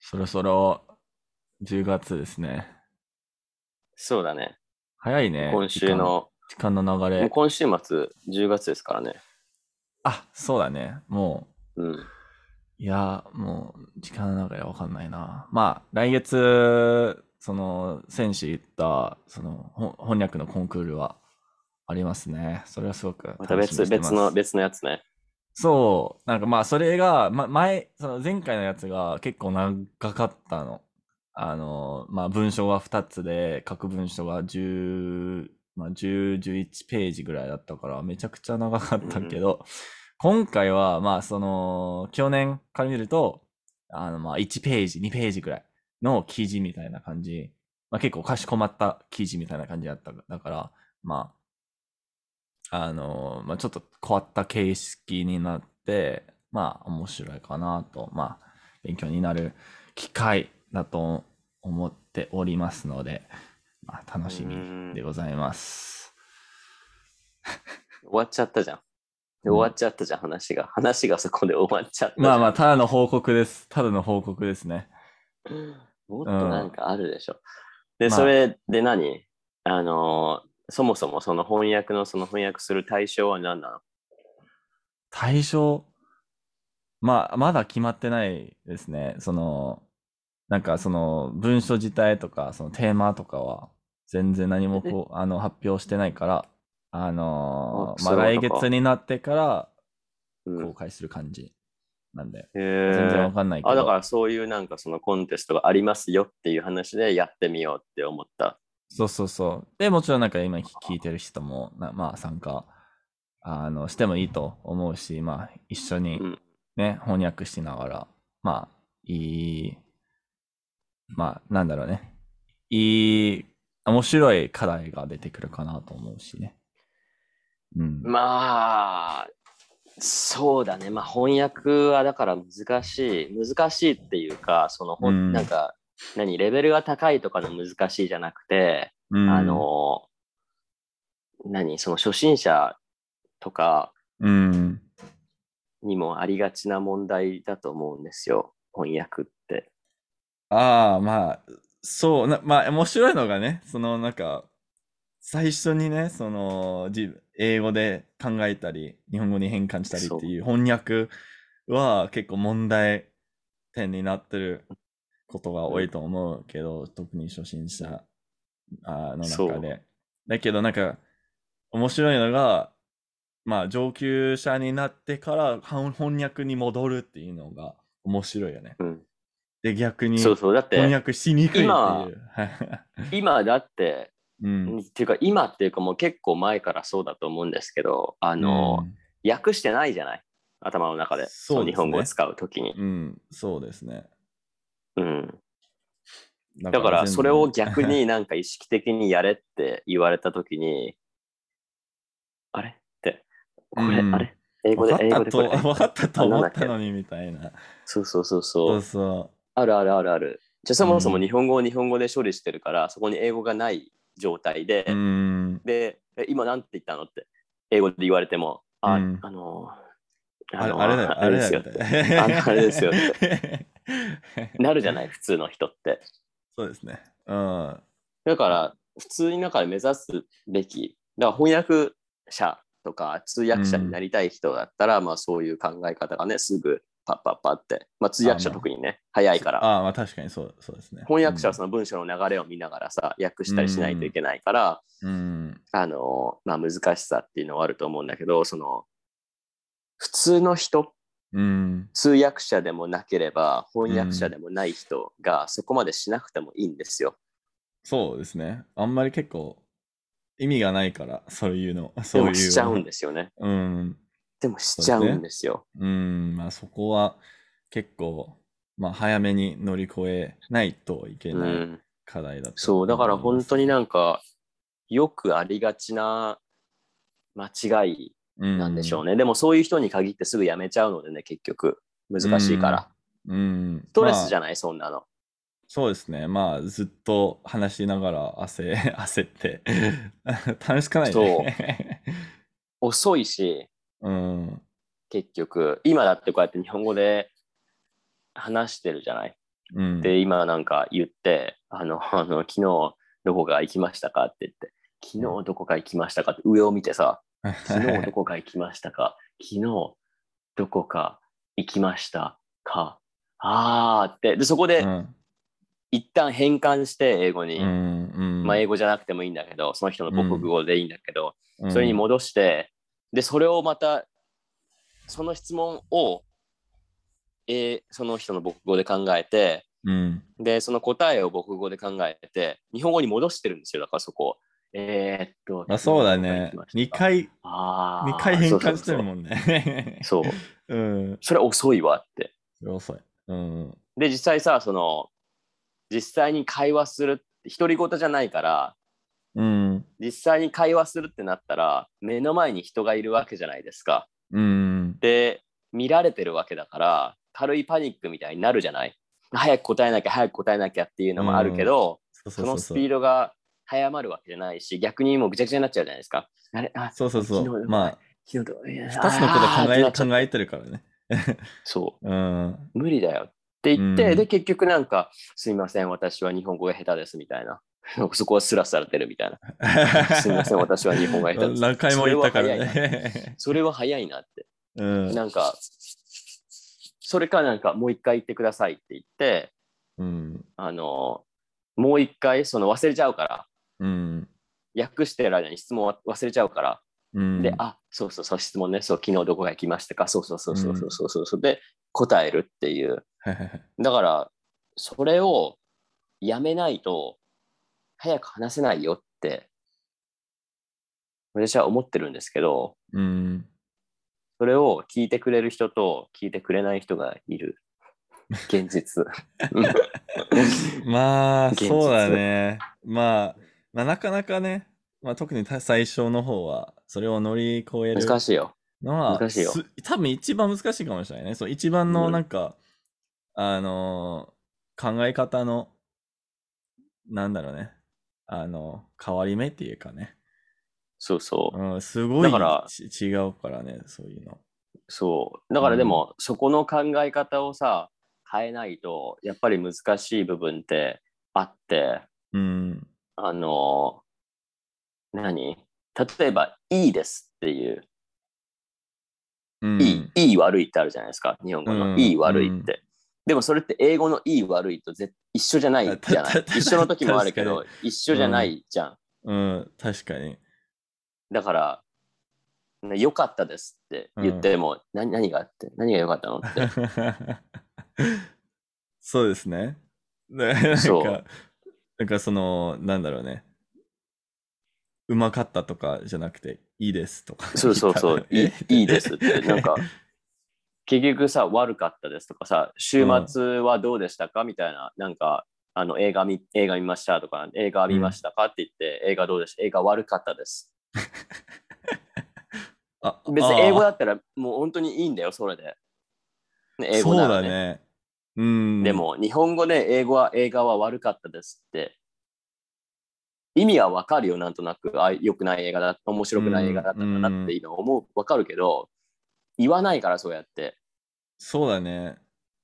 そろそろ10月ですね。そうだね。早いね。今週の、時間。時間の流もうれ。今週末10月ですからね。あ、そうだね。もうん。う、いや、もう、時間の流れわかんないな。まあ、来月、その、選手言った、その、ほ翻訳のコンクールはありますね。それはすごくまた楽しみ別、にしてます。別の、別のやつね。そう、なんかまあ、それが、ま、前、その前回のやつが結構長かったの。あの、まあ、文章は2つで、各文章が10、まあ、10、11ページぐらいだったから、めちゃくちゃ長かったけど、今回は、まあ、その、去年から見ると、あの、まあ、1ページ、2ページぐらいの記事みたいな感じ。まあ、結構かしこまった記事みたいな感じだった。だから、まあ、あの、まあ、ちょっと変わった形式になって、まあ、面白いかなと、まあ、勉強になる機会だと思っておりますので、まあ、楽しみでございます。終わっちゃったじゃん。で終わっちゃったじゃん、話が。話がそこで終わっちゃったじゃん。まあまあ、ただの報告です。ただの報告ですね。もっとなんかあるでしょ。で、まあそれで何あのー、そもそもその翻訳のその翻訳する対象は何なの対象、まあ、まだ決まってないですね。その、なんかその文書自体とか、そのテーマとかは、全然何もこうあの発表してないから、あのーあまあそうな来のか月になってからうん公開する感じなんで、へ全然わーかんないけど。あだからそういうなんかそのコンテストがありますよっていう話でやってみようって思った。そうそうそう。で、もちろんなんか今聞聞いてる人も、なまあ参加あのしてもいいと思うし、まあ一緒にうんね、翻訳しながら、まあいい、まあなんだろうね、いい、面白い課題が出てくるかなと思うしね。うん。まあそうだねまあ翻訳はだから難しい難しいっていうかそのほんうんなんか何レベルが高いとかの難しいじゃなくて、うんあ、の何その初心者とかうん。にもありがちな問題だと思うんですよ翻訳って。ああ、まあ、そうな、まあ、面白いのがね、その、なんか、最初にね、その、じ、英語で考えたり、日本語に変換したりっていう翻訳は結構問題点になってることが多いと思うけど、特に初心者あのそう中で。だけど、なんか、面白いのが、まあ、上級者になってから翻翻訳に戻るっていうのが面白いよね。うん、で、逆に、そうそうだって翻訳しにくいっていう。今はい今だって うん。っていうか今っていうかもう結構前からそうだと思うんですけどああの、、訳してないじゃない頭の中でそそうう、ですね日本語を使う時に、うん、そうですね。うん、だだから全部それを逆になんか意識的にやれって言われた時に あれってこれ、うんあれ英語でわか英っ語たでとこれ 分かったとあなん思だっっけたのにみたいな。そうそうそそうそううそあるあるあるあるじゃあそもそうもん日本語を日本語で処理してるから、そこに英語がない状態で、う。うん。でえ今なんて言ったのって英語で言われてもあ、うんあのーあれのーあれだよ、あれですだよよみたいな。あれですよ なるじゃい。ない普通の人ってそうですね。うん。だから普通になんか目指すべきだから翻訳者とか通訳者になりたい人だったら、まあそういう考え方がねすぐパッパッパって、まあ、通訳者特にね早いからああ、まあ確かにそうそうですね。翻訳者はその文章の流れを見ながらさ訳したりしないといけないから、うん。あのまあ難しさっていうのはあると思うんだけどその普通の人うん。通訳者でもなければ翻訳者でもない人がそこまでしなくてもいいんですよ。そうですね。あんまり結構意味がないから、そういうの。そでういう。もしちゃうんですよね。うん。でもしちゃうんですよ。うん、まあそこは結構、まあ早めに乗り越えないといけうないん、課題だと、そうだから本当になんかよくありがちな間違いになんでしょうね。でもそういう人に限ってすぐやめちゃうのでね結局難しいから。うん。うん。ストレスじゃ、ゃない、そんなの。そうですね。まあずっと話しながら 汗、焦って、 楽しくないね。遅いし そう。うん。結局今だってこうやって日本語で話してるじゃない。うん。で、今なんか言って、あの、あの昨日どこか行きましたかって言って、昨日どこか行きましたかって上を見てさ、昨日どこか行きましたか昨日どこか行きましたかあーって、で、そこで うん一旦変換して英語に、うんうんまあ英語じゃなくてもいいんだけど、その人の母国語でいいんだけど、うんそれに戻して、で、それをまた、その質問を、えーその人の母国語で考えて、うんで、その答えを母国語で考えて、日本語に戻してるんですよ、だからそこを。えーっと、まあそうだね昨。日2どこか行きましたか、回、あ二ー回変換してるそうもんね。 そうそうそううん。それ遅いわって。それ遅い。うん。で、実際さ、その、実際に会話する、独り言じゃないから、うん。実際に会話するってなったら、目の前に人がいるわけじゃないですか。うん。で見られてるわけだから軽いパニックみたいになるじゃない早く答えなきゃ早く答えなきゃっていうのもあるけど、そうそそうそうのスピそうー。ドが早まるわけじゃないし逆にもうぐちゃぐちゃになっちゃうじゃないですかあれあそうそうそ昨う。日まあ、ひどい2 2つのこと考え考えてるからね。そうん。う無理だよって言って、うんで結局なんか「すいません私は日本語が下手です」みたいな そこはスラスラ出るみたいな「すいません私は日本語が下手です」何回も言ったからね。それは早いなってうん。なんか、それかなんか、もう一回言ってくださいって言って、うん。あの、もう一回、その忘れちゃうから、うん。忘訳してる間に質問は忘れちゃうから、うん。で、あ、そうそうそう、質問ね、そう、昨日どこが行きましたか、そうそうそうそうそうそうそう、で、答えるっていう。はいはいはいだから、それをやめないと、早く話せないよって、私は思ってるんですけど、うん。それを聞いてくれる人と聞いてくれない人がいる。現 実。まあ、現実そうだね。まあ、まあ、なかなかね、まあ、特にた最初の方は、それを乗り越える難しいよ。のは、難しいよす多分一番難しいかもしれないね。そう、一番うのんなんか、あのー考え方の、なんだろうね。あの、変わり目っていうかね。そうそう。うん、すごいだからち違うからね、そういうの。そう。だからでも、そこの考え方をさ、変えないと、やっぱり難しい部分ってあって、うん。あのー何例えば、いいですっていう、うん、いい、いい悪いってあるじゃないですか、日本語うのんいい悪いって。でもそれって英語のいい悪いとぜ一緒じゃないじゃなたいたた一緒の時もあるけど確一緒じゃないじゃん、うん、確かに。だから、ね良かったですって言っても、何何があって何が良かった のってそうですね。でなんそうか、なんかその、なんだろうね。うまかったとかじゃなくて、いいですとか。そうそうそう、い 言ったらいいいですって、なんか、結局さ、悪かったですとかさ、週末はどうでしたかみたいな、なんか、あの映画見映画見ましたとか、映画見ましたかって言って、映画どうでした映画悪かったです。あ別に英語あだったら、もう本当にいいんだよ、それで。ーね英語なそらうだね。ね。うん。で、も、日本語で英語は、映画は悪かったですって。意味はわかるよ、なんとなく。あ、良くない映画だ、面白くない映画だったんだなっていうのを思う、わかるけど、言わないから、そうやって。そうだね。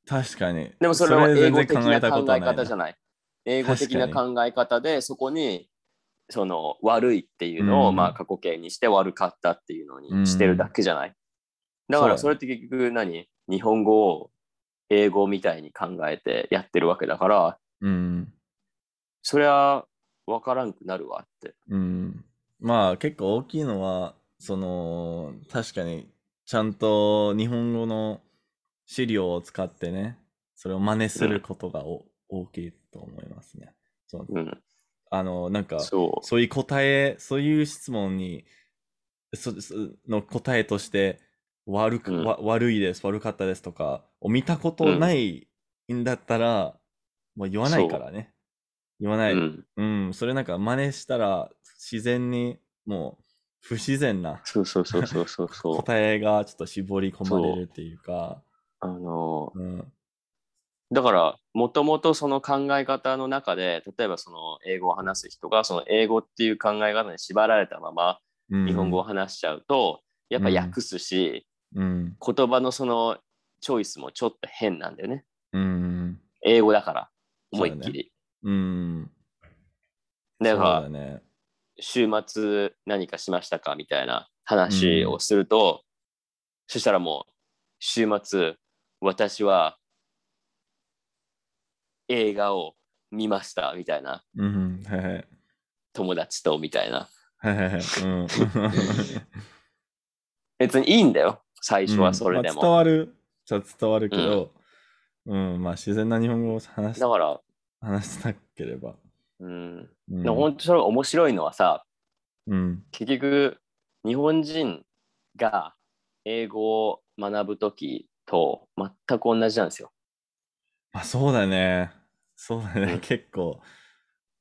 確かに。でもそれは英全語然的な考えな方いじゃなない。英語的な考え方でそこにその悪いっていうのをうんまあ過去形にして悪かったっていうのにしてるだけじゃない。だからそそうれって結局何日本語を英語みたいに考えてやってるわけだからうん。そりゃ分からんくなるわって。うん。まあ結構大きいのは、その、確かに、ちゃんと日本語の資料を使ってね、それを真似することがお、大きいと思いますね。そううん、あの、なんか、そうそういう答え、そういう質問に、そその答えとして悪く、うんわ悪いです、悪かったですとか、を見たことないんだったら、もう言わないからね。言わない。うん、うん、それなんか真似したら自然にもう不自然なそうそうそうそうそうそう。 答えがちょっと絞り込まれるっていうか、あのーうん、だからもともとその考え方の中で例えばその英語を話す人がその英語っていう考え方に縛られたままうん日本語を、話しちゃうと、やっぱ訳すし、うん、言葉のそのチョイスもちょっと変なんだよね。うん、英語だから、そ思ういだねっきり。うん。だかそうだら、ね。週末何かしましたかみたいな話をすると、そしたらもう、週末、私は映画を見ました、みたいな。うん。はいはい。友達と、みたいな。はいはいはい。うん。別にいいんだよ、最初はそれでうんまあ伝も。わるじゃ伝わるけど、うん、まあ自然な日本語を話しだから、話しなければ。うん、うんでも本当それが面白いのはさ、うん。結局日本人が英語を学ぶ時と全く同じなんですよ。まあそうだね。そうだうねん。結構、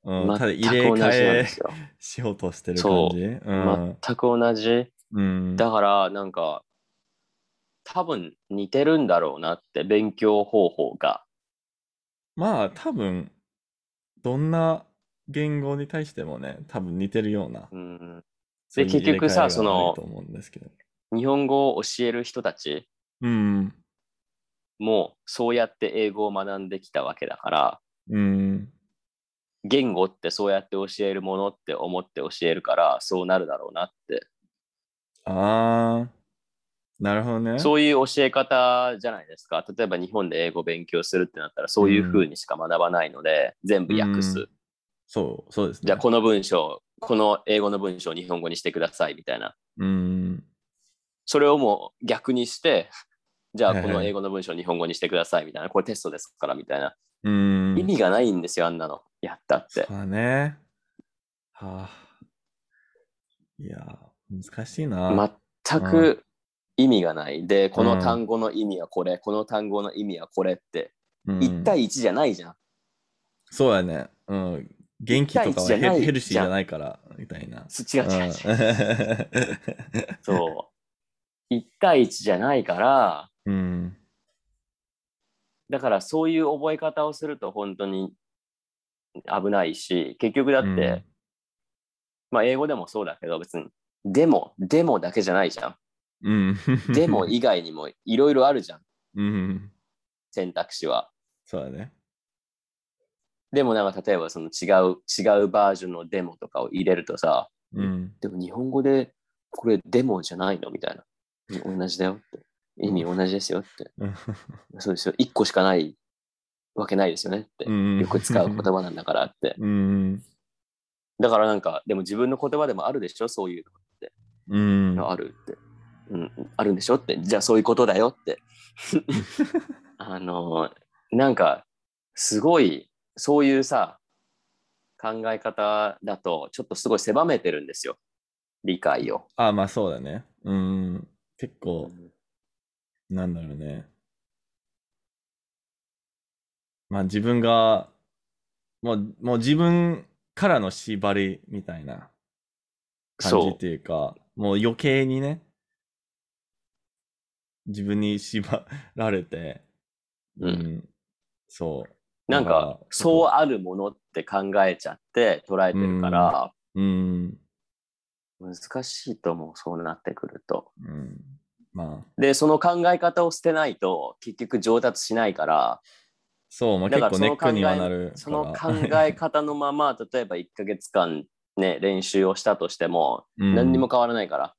うん、全ただ入くれ同じな替んでえすよ。しようとしてる感そうじ。うん。全く同じ。うん。だからなんか多分似てるんだろうなって勉強方法が。まあ多分、どんな言語に対してもね、多分似てるような。うん、そういう結局入れ替えがさあるそのと思うんですけど。日本語を教える人たちうん。もそうやって英語を学んできたわけだからうん。言語ってそうやって教えるものって思って教えるからそうなるだろうなってああ。なるほどね。そういう教え方じゃないですか。例えば日本で英語勉強するってなったら、そういう風にしか学ばないので、全部訳す。うんそう、そうですね。じゃあ、この文章、この英語の文章を日本語にしてくださいみたいな。うん。それをもう逆にして、 じゃはあ、いこはいの英語の文章を日本語にしてくださいみたいな。これテストですからみたいな。うん。意味がないんですよ、あんなの。やったってそう。だね。はあ。いやー、難しいな。全く意味がない。で、この単語の意味はこれ、この単語の意味はこれって、うん1対1じゃないじゃん。そうだね。うん。元気とか一対は一じヘゃないルヘルシーじゃないから、みたいな。違う違う違う。うそう。1対1じゃないから、ん。うん。だからそういう覚え方をすると本当に危ないし、結局だって、うんまあ英語でもそうだけど別に、でも、でもだけじゃないじゃ うん。ん。でも以外にもいろいろあるじゃん、 うん。選択肢は。そうだね。でもなんか例えばその違う、違うバージョンのデモとかを入れるとさ、うん。でも日本語でこれデモじゃないのみたいな。同じだよって。意味同じですよって。そうですよ。1個しかないわけないですよねって。うんよく使う言葉なんだからって。うん。だからなんか、でも自分の言葉でもあるでしょそういううん。のあるって。うん、あるんでしょって。じゃあそういうことだよ って。あのー、なんか、すごい、そういうさ、考え方だと、ちょっとすごい狭めてるんですよ。理解を。あ、まあそうだね。うん。結構、なんだろうね。まあ自分が、もう、もう自分からの縛りみたいな感じそっていうか、もう余計にね、自分に縛られて、うんそう。う。なんだらか、そうあるものって考えちゃって捉えてるから、うん、難しいと思う、そうなってくると。うん。まあ、で、その考え方を捨てないと、結局上達しないから、そう、まあだ結から構そネのッ考えクにはなるから。その考え方のまま、例えば1ヶ月間ね、練習をしたとしても、うん何にも変わらないから。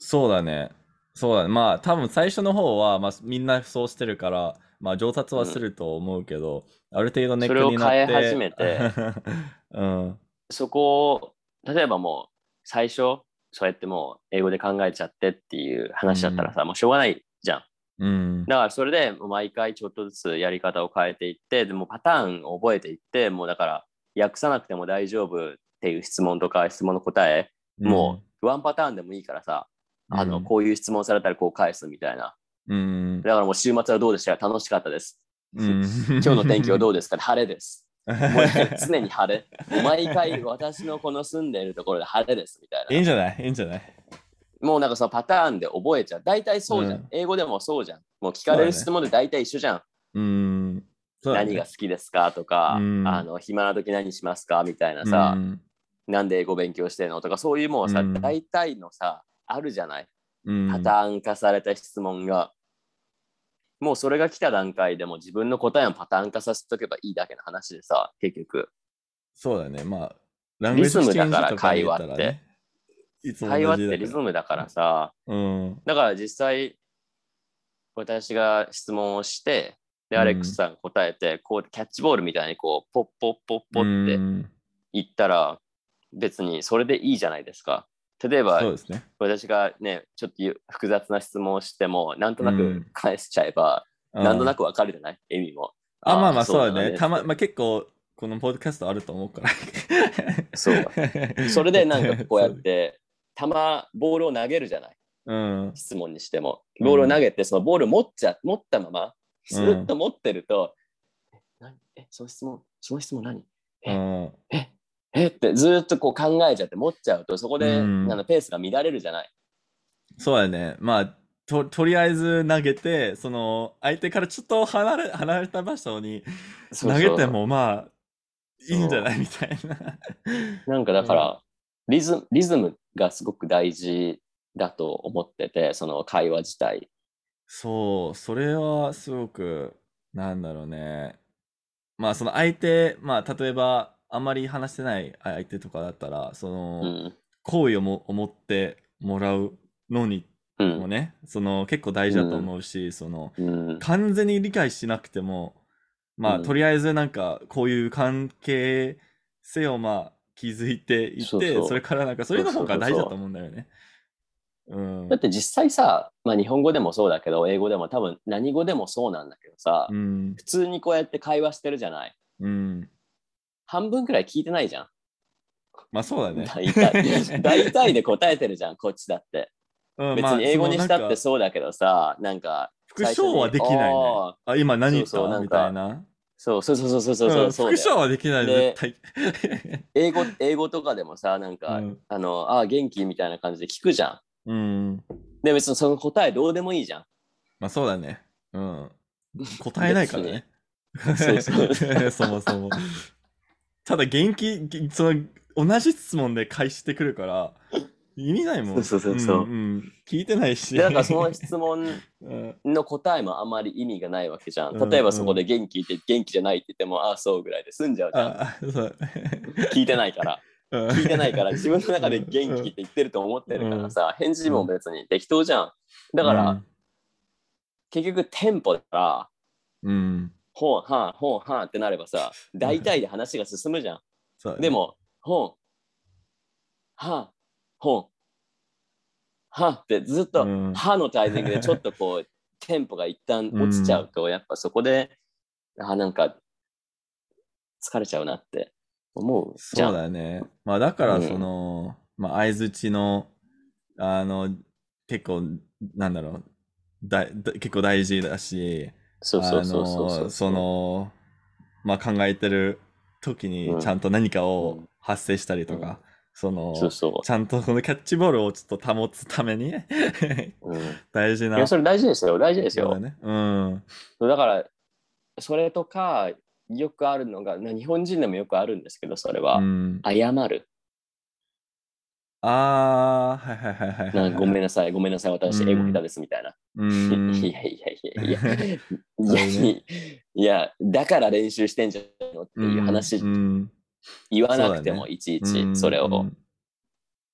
そうだね。そうだね。まあ、多分最初の方は、まあ、みんなそうしてるから、まあ、上達はすると思うけど、ある程度ネックになって。それを変え始めて うん。そこを、例えばもう、最初、そうやってもう、英語で考えちゃってっていう話だったらさ、もうしょうがないじゃん。うん。だからそれで、毎回ちょっとずつやり方を変えていって、でもパターンを覚えていって、もうだから、訳さなくても大丈夫っていう質問とか、質問の答え、もう、ワンパターンでもいいからさ、うん、あの、こういう質問されたらこう返すみたいな。うん、だからもう週末はどうでしたか楽しかっ たです。うん、今今日の天気はどううですか晴 れです。もう常に晴れ。もう毎回私のこの住んでいるところで晴れですみたいいいな。んじゃないいいんじゃないもうなんかそのパターンで覚えちゃう。大体そうじゃん。うん英語でもそうじゃん。もう聞かれる質問で大体一緒じゃん。うん。そうだね何が好きですかとか、うんあの暇な時何しますかみたいなさ、うんなんで英語勉強してんのとか、そういうもうさ、うん大体のさ、あるじゃない。うんパターン化された質問が。もうそれが来た段階でもう自分の答えをパターン化させとけばいいだけの話でさ、結局、そうだね。まあ、ラリズムだか language change と入れたらら会話って。いつも同じ会だ話かっらてリズムだからさ、うん。だから実際、私が質問をして、で、うんアレックスさんが答えて、こう、キャッチボールみたいにこう、ポッポッポッポっうてん言ったら、別にそれでいいじゃないですか。例えばそ、うですね。私がね、ちょっとゆ複雑な質問をしても、なんとなうくん返しちゃえば、なんとなく。くわかるじゃない意味も。あ、まあまあ、ーそうだね。たま、ってまあ結構、このポッドキャストあると思うから。そう。 それでなんかこ うやっ。て、球、ボールを投げるじゃないうん。質問にしても。うんボールを投げて、そのボールを持っちゃ、持ったまま、ずっと持ってると、え、何え、その質問、その質問何うん。えってずっとこう考えちゃって持っちゃうと、そこで、うんあのペースが乱れるじゃない。そうだね。まあ、と、とりあえず投げて、その、相手からちょっと離れ、離れた場所にそ投うそげうても、まあ、いいんじゃないみたいな。なんかだから、リズムリズムがすごく大事だと思ってて、その会話自体。そう、それはすごく、なんだろうね。まあ、その相手、まあ、例えば、あんまり話してない相手とかだったら、そうの、ん。好意をも思ってもらうのにうもん。ね、その、結構大事だと思うし、その、うん。完全に理解しなくても、まあ、うんとりあえずなんか、こういう関係性を、まあ、築いていそうて、そうれからなんか、それの方がそうそうそう大事だと思うんだよね。うん。だって実際さ、まあ、日本語でもそうだけど、英語でも多分何語でもそうなんだけどさ、うん。普通にこうやって会話してるじゃない。うん。半分くらい聞いてないじゃん。まあ、そうだね。大 体大体で答えてるじゃん、こっちだって。うん別まあに英語そのになしんかたってそうだけどさ、なんか、復唱はできない最初にねあ。あ、今何言ったそうそうなんみかたいな。そうそうそうそうそうそうそううんそ復うだよ唱はできない、で絶対。 英語。英語とかでもさ、なんか、うんあの、ああ、元気みたいな感じで聞くじゃん。うん。で、別にその答えどうでもいいじゃん。まあそうだね。うん。答えないからね。 そうそうそもそも。ただ元気、げその、同じ質問で返してくるから、意味ないもん。そうそうそうそうんん聞いてないし。で、だからその質問うんの答えもあまり意味がないわけじゃうんん。例えばそこで元気って元気じゃないって言っても、ああ、そうぐらいで済んじゃうじゃん。あ、そう。聞いてないから。聞 聞いてないから、自分の中で元気って言ってると思ってるからさ、返事も別に適当じゃん。だだから、、結局テンポだから、うん。ほんはんほんはんってなればさ大体で話が進むじゃん。そうでもほんはんほんはんってずっと、うんはのタイミングでちょっとこうテンポが一旦落ちちゃうと、やっぱそこであなんか疲れちゃうなって思うじそゃ。うんだね。まあだからうんその、まあ相づちの、あの、結構、なんだろう、だだ結構大事だし、そうそうそうそうあその、う。その、まあ考えてる時うにんちゃんと何かうをん発生したりとか、うんその、そうそちゃんとこのキャッチボールをちょっと保つために う。うん、い大事な。やそれ大事ですよ大事ですそうよ。だね。うん。そうだからそれとかよくあるのがな日本人でもよくあるんですけどそれは、うん、謝る。あー、はいはいはいはいはいは。ない んかごめんなさい、ごめんなさい、私、うん英語下手ですみたいな。ういやん。 いやいやいやいや、いや、いや、だから練習してんじゃないのっていう話う、ん言わなくてもいちいち、それ。うをん。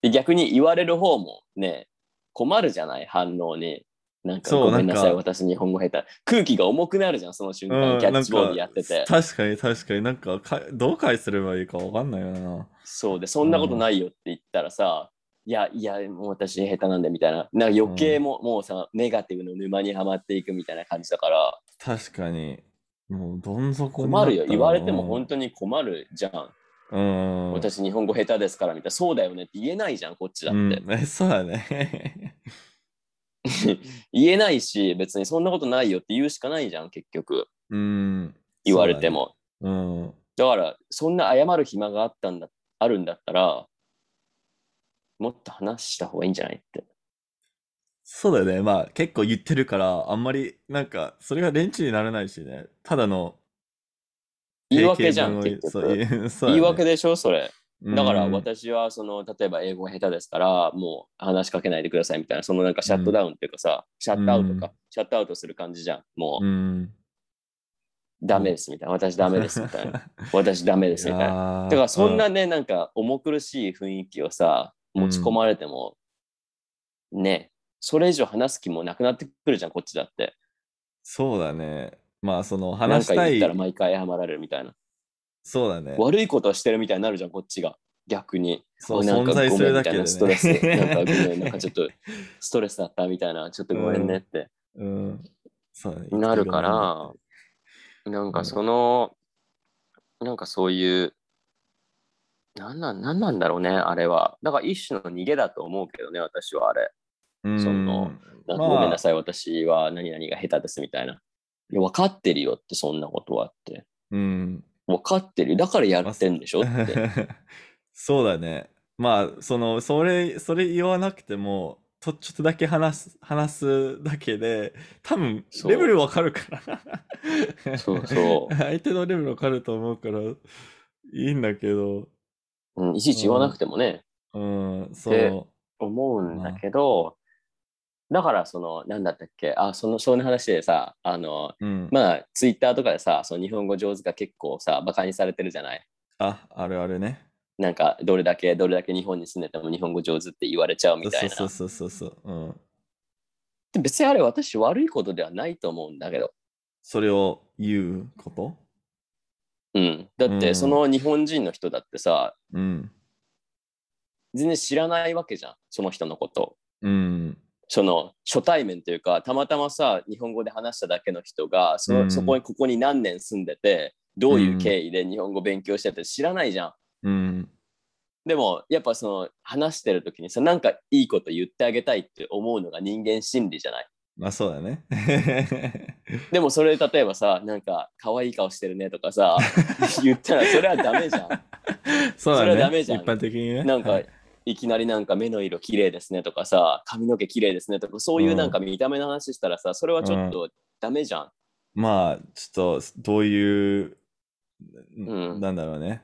で逆に言われる方もね、困るじゃない、反応に。なんか、そうごめんなさ、ないん私、日本語下手。空気が重くなるじゃん、その瞬う間、んキャッチボールやってなてん。か確かに確かになんかかどう返すればいいかわかんないよなそうで、そんなことないよって言ったらさ、いやいや、もう私下手なんでみたいな。なんか余計も、もうさ、ネガティブの沼にはまっていくみたいな感じだから、確かにもうどん底にな困ったるよ。言われても本当当に困るじゃん。うん私、日本語下手ですからみたいな。そうだよねって言えないじゃん、こっちだっうて。ん えそうだね 言えないし、別にそんなことないよって言うしかないじゃん、結局。うん言われても。うんだから、そんな謝る暇があったんだ、あるんだったら、もっと話した方がいいんじゃないって。そうだよねまあ結構言ってるからあんまりなんかそれがレンチにならないしねただの言い訳じゃん、定結型局。文をそういうそうだね 言い訳でしょ、それ。だからうん私はその例えば英語が下手ですからもう話しかけないでくださいみたいなそのなんかシャットダウンっていうかさ、シャットアウトか、うシャットアウトする感じじゃんもう、うん。ダメですみたいな私ダメですみ たいな私ダメですみたいななだからそんなねなんか重苦しい雰囲気をさ持ち込まれても、ねそれ以上話す気もなくなってくるじゃんこっちだってそうだね。まあ、そのなん話しかた言いった。ら毎回謝られるみたいなそうだね。悪いことをしてるみたいになるじゃんこっちが逆にそうあなんか存在するだけで、ごめんみたいね。なストレス なんかごめんなんかちょっとストレスだったみたいなちょっとごめんねって、うん。そうだね。 なるからなんかその、なんかそういうなんなんなんなんだろうねあれはだから一種の逃げだと思うけどね私はあれうん、そのなんかまあごめんなさい、私は何々が下手ですみたいないや分かってるよってそんなことはってうん。 分かってるよだからやってんでしょってそうだね。まあ、その、それ、それ言わなくても、とちょっとだけ話す、話すだけで、多分、そうレベルわかるから。そうそう 相手のレベルわかると思うから、いいんだけど、 うん、いちいち言わなくてもね、うん、そでう。思うんだけど、だからその何だったっけあそのその話でさあのうん。まあツイッターとかでさその日本語上手が結構さバカにされてるじゃないあ、あるあるね。なんかどれだけどれだけ日本に住んでても日本語上手って言われちゃうみたいなそうそうそうそうそう。うん。で別にあれ私悪いことではないと思うんだけどそれを言うことうん、だっうてんその日本人の人だってさ、うん。全然知らないわけじゃんその人のことうん。その初対面というかたまたまさ日本語で話しただけの人がその、うんそこにここに何年住んでてどういう経緯で日本語勉強してて知らないじゃん。うん。でもやっぱその話してる時にさなんかいいこと言ってあげたいって思うのが人間心理じゃないまあ、そうだね。 でもそれ例えばさなんか可愛い顔してるねと かさ言ったらそれはダメじゃんそうだね。それはダメじゃん一般的にね。なんはかい、いきなりなんか目の色綺麗ですねとかさ髪の毛綺麗ですねとかそういうなんか見た目の話したらさそれはちょっとダメじゃん。まあ、ちょっと、どういう、うんなんだろうね。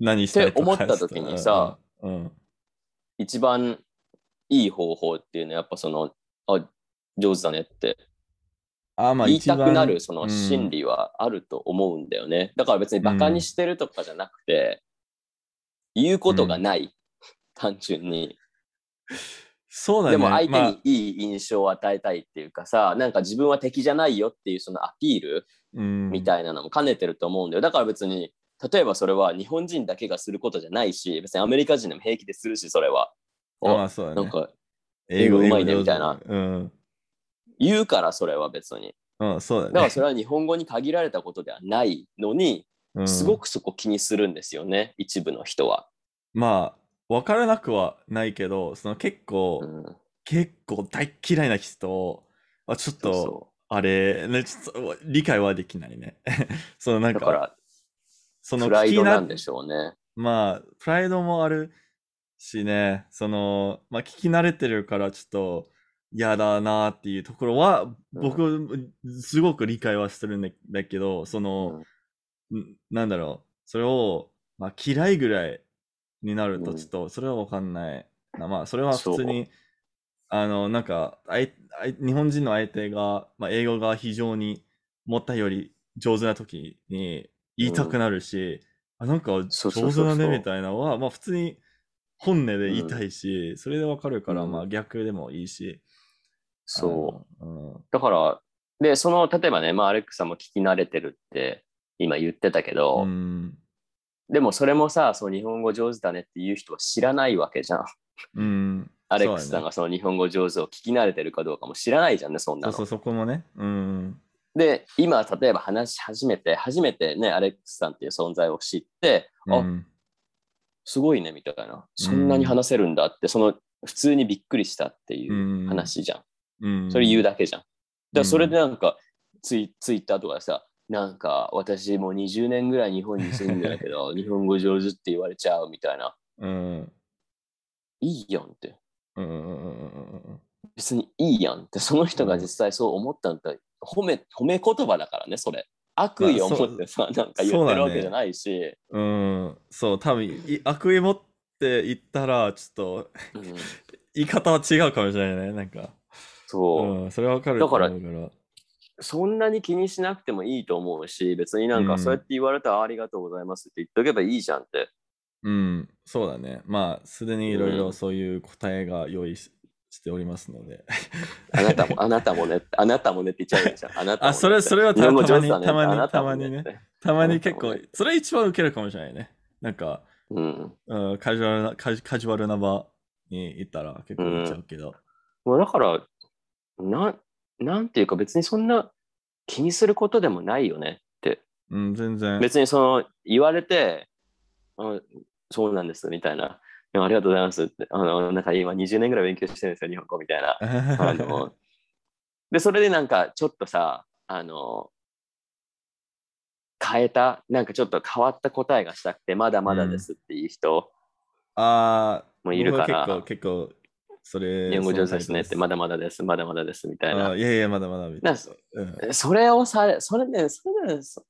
何したいとかって思った時にさ、うんうん。一番いい方法っていうのはやっぱそのあ上手だねってあ、まあ、言いたくなる一そ番の心。理はあると思うんだよね。だから別にバカにしてるとかじゃなくて、言うことがない、単純に。そうだね。でも相ま手あにいい印象を与えたいっていうかさ、なんか自分は敵じゃないよっていうそのアピールうんみたいなのも兼ねてると思うんだよ。だから別に、例えばそれは日本人だけがすることじゃないし、別にアメリカ人でも平気でするし、それは。あおまあ、そうだね。なんか英語英語うまいね英語みたいなうん。言うからそれは別に。うん、そうだね。だからそれは日本語に限られたことではないのに、うんすごくそこ気にするんですよね、一部の人は。まあ、わからなくはないけど、その結構、うん、結構大嫌いな人を、あちょっそと、うそあれ、ね、ちょっと理解はできないね。 そのなうんだか、から、そのプライドなん聞できしょうね。まあ、プライドもあるしね、その、まあ、聞き慣れてるから、ちょっと、嫌だなっていうところは、僕、すごく理解はしてるんだだけど、その、んなんだろう、それを、まあ、嫌いぐらいになるうと、んちょっと、それはわかんないな。まあ、それは普通に、あの、なんか、あいあい日本人の相手が、まあ、英語が非常に、思ったより上手な時に言いたくなるし、あなんか上そうそうそう手そうだねみたいなのは、まあ普通に本音で言いたいし、それでわかるから、うんまあ逆でもいいし。そう。あの。だから、で、その、例えばね、まあ、アレックさんも聞き慣れてるって今言ってたけど、うん。でもそれもさ、その日本語上手だねっていう人は知らないわけじゃん。うん。うんアレックスさんがその日本語上手を聞き慣れてるかどうかも知らないじゃんね、そんなそうの。そう、そこもね。うん。で、今、例えば話し始めて、初めてね、アレックスさんっていう存在を知って、うあ、んすごいね、みたいな。そんなに話せるんだって、その、普通にびっくりしたっていう話じゃん。うん、それ言うだ。だけじゃん。だからそれでなんか、ツイツイッターとかでさ、なんか私もう20年ぐらい日本に住んでる けど、日本語上手って言われちゃうみたいな。うん。いいやんって。うんうんうんうんうん別にいいやんって、その人が実際そう思ったんだったら、褒め、褒め言葉だからね、それ。悪意を持ってさ、なんか言ってるわけじゃないし、うん、そう、多分い悪意持って言ったら、ちょっと、 うん言い方は違うかもしれないね、なんか。そう、うん、それはわかると思うから。そんなに気にしなくてもいいと思うし、別になんうかんそうやって言われたらありがとうございますって言っとけばいいじゃんって。うん、そうだね。まあ、すでにいろいうろんそういう答えが用意ししておりますので。 あなたも、あなたもね、あなたもねって言っちゃうじゃん。あなた も、ね。あそれそれはた日本語上手だたまにあなもたまにねってたまに結う構ん、それ一番ウケるかもしれないね。なんか、うん。うん、カジュアルなカジカジュアルな場に行ったら結構行っちゃうけど。まあだから、なん、なんていうか別にそんな気にすることでもないよねって。うん、全然。 別にその言われて、あそうなんですみたいな。いやありがとうございますって。あの、なんか今20年ぐらい勉強してるんですよ、日本語みたいな。あの、で、それでなんかちょっとさ、あの、変えた、なんかちょっと変わった答えがしたくて、まだまだですっていう人、あーもういるから僕は結構、結構、それ。日本語上手ですねっそて、のまタイだまだです、まだまだですみたプいですあな。ーいやいや、まだまだみたいな。うんえそれをされ、それね、それね、そ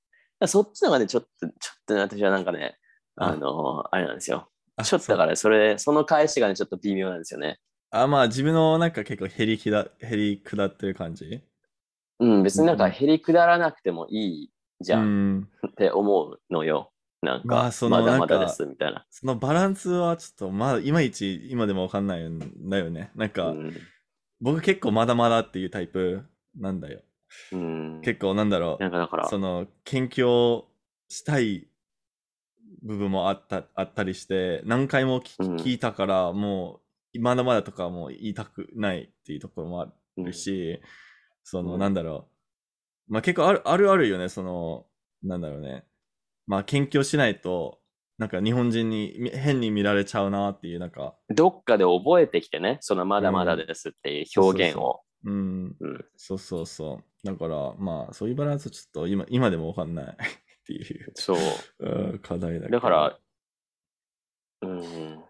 そっちのがね、ちょっと、ちょっとね、私はなんかね、あの、あれなんですよ。あちょっとそうだから、それ、その返しがね、ちょっと微妙なんですよね。あ、まあ自分のなんか結構へりきだ、へり下ってる感じうん、別になんうか、んへりくだらなくてもいいじゃうんん。って思うのよ。なんまかあ、そのまだまだなんでかすみたいな。そのバランスはちょっとまだいまいち今でもわかんないんだよね。なんか、うん僕結構まだまだっていうタイプなんだよ。うん結構なんだろうなんかだから、その研究したい部分もあったあったりして何回も聞,、うん聞いたからもうまだまだとかもう言いたくないっていうところもあうんるし、その、うんなんだろうまあ結構あるあるあるよねそのなんだろうねまあ研究しないとなんか日本人にみ変に見られちゃうなっていうなんかどっかで覚えてきてね、そのまだまだですっていう表現を。うん、うんそうそうそうだからまあそういうバランスちょっと今今でもわかんない っていう、そう。うん、課題だけどだから、うん。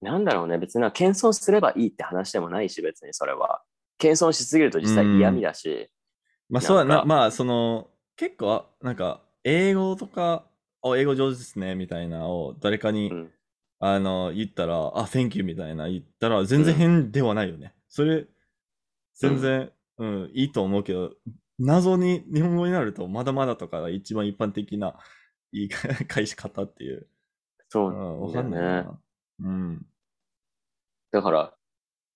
なんだろうね、別になんか謙遜すればいいって話でもないし、別にそれは。謙遜しすぎると実際嫌味だし。まあそうだなんな、かまあその、結構、あなんか、英語とか、あ英語上手ですね、みたいなを誰かに、うんあの、言ったら、あ、Thank you みたいな言ったら、全然うん変ではないよね。それ、全然、うん、いいと思うけど、謎に日本語になると、まだまだとかが一番一般的な言い方返し方っていう。、そううんわかなんんだないよね。な。うん。だから、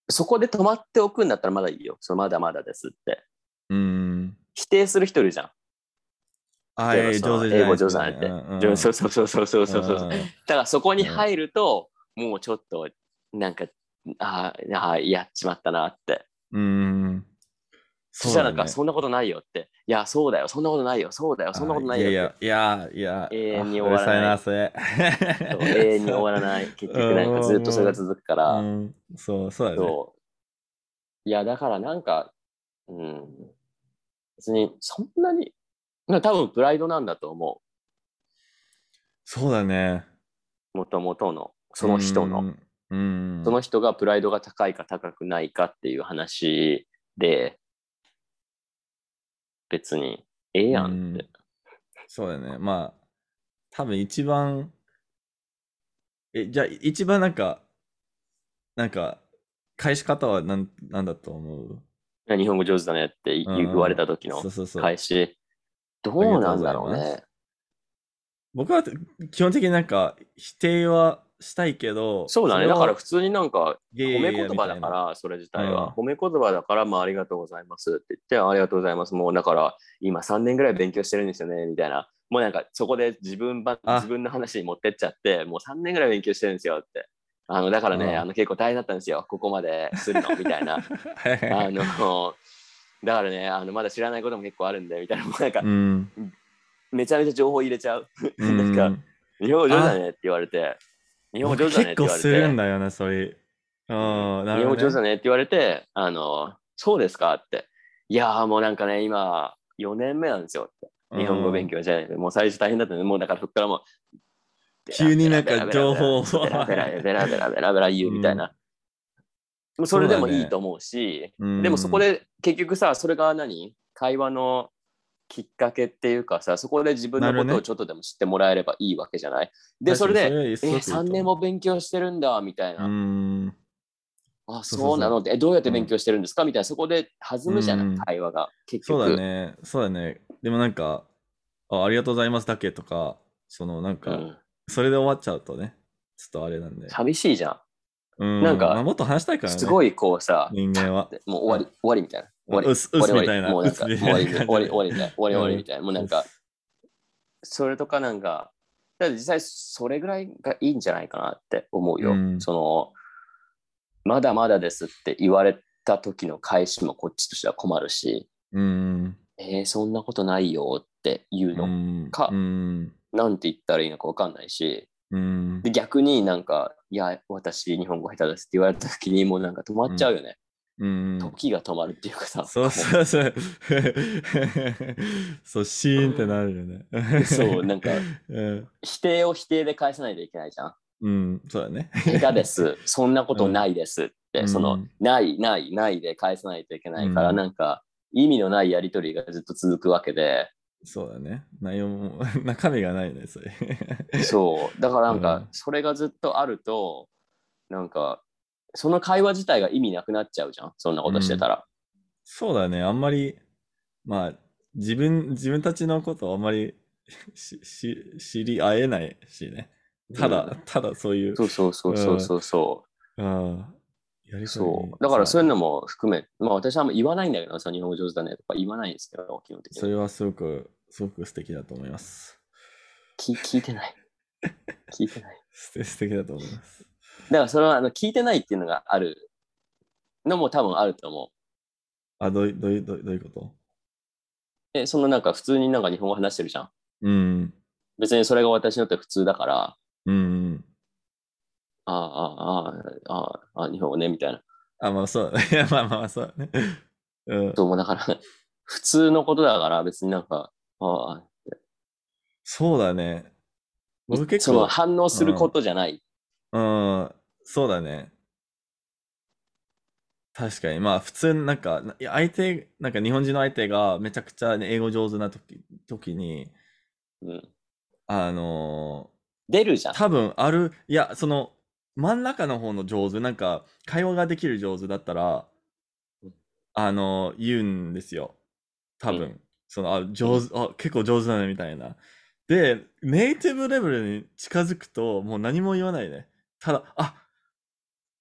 そこで止まっておくんだったらまだいいよ。そのまだまだですって。うん。否定する人いるじゃん。あ、例えばえーさ上手じゃない英語上手なんてうんそうそうそうそうそうそうそう。んだからそこに入ると、もうちょっとなんかあーあーやっちまったなってうん。そしたらなんだかねそんなことないよっていやそうだよそんなことないよそうだよそんなことないよっていやいや、いや、いや、永遠にあ終わらないるさういな、それ。そう永遠に終わ らない結局なんかずっとそれが続くから、うん、そう、そうだね。そういやだからなんかうん別にそんなにな多分プライドなんだと思そうだね。うもともとのその人の、うん。うんその人がプライドが高いか高くないかっていう話で、別にええやんって。そうだね。まあ、多分一番、え、じゃあ一番なんか、なんか、返し方はなんなんだと思う日本語上手だねって言,、うんわれた時のそうそうそう。返し。どうなんだろうありがとうございね。僕は基本的になんか、否定はしたいけど、そうだね。れだをから普通になんかいやいや褒いやめ言葉だみかたいなら、それ自体うんは。褒め言葉だから、まあありがとうございますって言って、ありがとうございます。もうだから今3年ぐらい勉強してるんですよね、みたいな。もうなんかそこで自分ばあ自分の話に持ってっちゃって、もう3年ぐらい勉強してるんですよって。あのだからね、うんあの結構大変だったんですよ、ここまでするの、み たいな。 あはいはいはいのだからねあの、まだ知らないことも結構あるんで、みたいな。もうなんか、うん。めちゃめちゃ情報入れちゃう。うんなんか、日本語上手だねって言われて、日本語上手だねって言われ結構するんて、だよな、それ。うん、な日る本ほ語上ど、手だねって言われて、あの、そうですかって。いやーもうなんかね、今、4年目なんですよって。ね。日本語勉強じゃないもう最初大変だったんで、もうだからそっからもう、急になんか情報をベラベラベラベラベラベラベラベラ言うみたいな。もうそれでもいいと思うし、 うん。でもそこで結局さ、それが何会話のきっかけっていうかさ、そこで自分のこなるとほどをねちょっとでも知ってもらえればいいわけじゃない。で、それで、でえー、3年も勉強してるんだ、みたいうな。ん。あ、そうそうそうそうなのって、えどうやって勉強してるんですかみたいな、そこで弾むじゃない、うん会話が。結そ局。うだね。そうだね。でもなんか、あありがとうございますだけとか、そのなんうか、んそれで終わっちゃうとね、ちょっとあれなんで。寂しいじゃうんなんかまあもっと話したいん。からね。すごいこうさ、人間は。もう終わり、終わりみたいな。終わりう。す、うすみたいな。もうなんか、うもうす終わり、終わり、終わり。りみたいな。終わり、終 わうんりみたいな。もうなんか、それとかなんか、だって実際それぐらいがいいんじゃないかなって思うよ。うんその、まだまだですって言われた時の返しもこっちとしては困るし、うん。えー、そんなことないよっていうの、うんかうん。なんて言ったらいいのかわかんないし、うんで、逆になんか、いや、私、日本語下手ですって言われた時に、もうなんか止まっちゃうよね。うん。時が止まるっていうかさ、そうもうそうそう。 そう、シーンってなるよね。そうなんか うん。否定を否定で返さないといけないじゃん。うん、そうだね。下手です、そんなことないですって、うんそうのん、ない、ない、ないで返さないといけないから、うんなんか、意味のないやりとりがずっと続くわけで、そうだね。内容も、中身がないね、それ。そう、だからなんうかん、それがずっとあると、なんか、その会話自体が意味なくなっちゃうじゃん、そんなことしてたら。そうだね。あんまり、まあ、自分、自分たちのことをあんまりしし知り合えないしね。たうだん、ただそういう。そうそうそうそうそうそう。ああ。やりそう。だからそういうの。のも含め、まあ私はあんま言わないんだけど、その日本語上手だねとか言わないんですけど、基本的そに。れはすごく、すごく素敵だと思います。聞聞いてない。聞いてない。素敵素敵だと思います。だからそれはあの聞いてないっていうのがあるのも多分あると思あ、どうい、どうい、どういどういうことう。え、そのなんか普通になんか日本語話してるじゃん。うん。別にそれが私にとって普通だから、うん。ああ、ああ、ああ、ああ、日本語ね、みたいな。あ、まあそう。いや、まあまあそうだね。うん。どうもだから、普通のことだから別になんか、ああ、そうだね。僕結その構、反応することじゃない。うん、そうだね。確かに。まあ普通、なんか、ないや相手、なんか日本人の相手がめちゃくちゃね英語上手な時、時に、うん、あの出るじゃーん。多分ある、いや、その、真ん中の方の上手、なんか、会話ができる上手だったらうん、あのー言うんですよ。多分。うその、あ、上手、あ、結構上手だね、みたいな。で、ネイティブレベルに近づくと、もう何も言わないね。ただ、あ、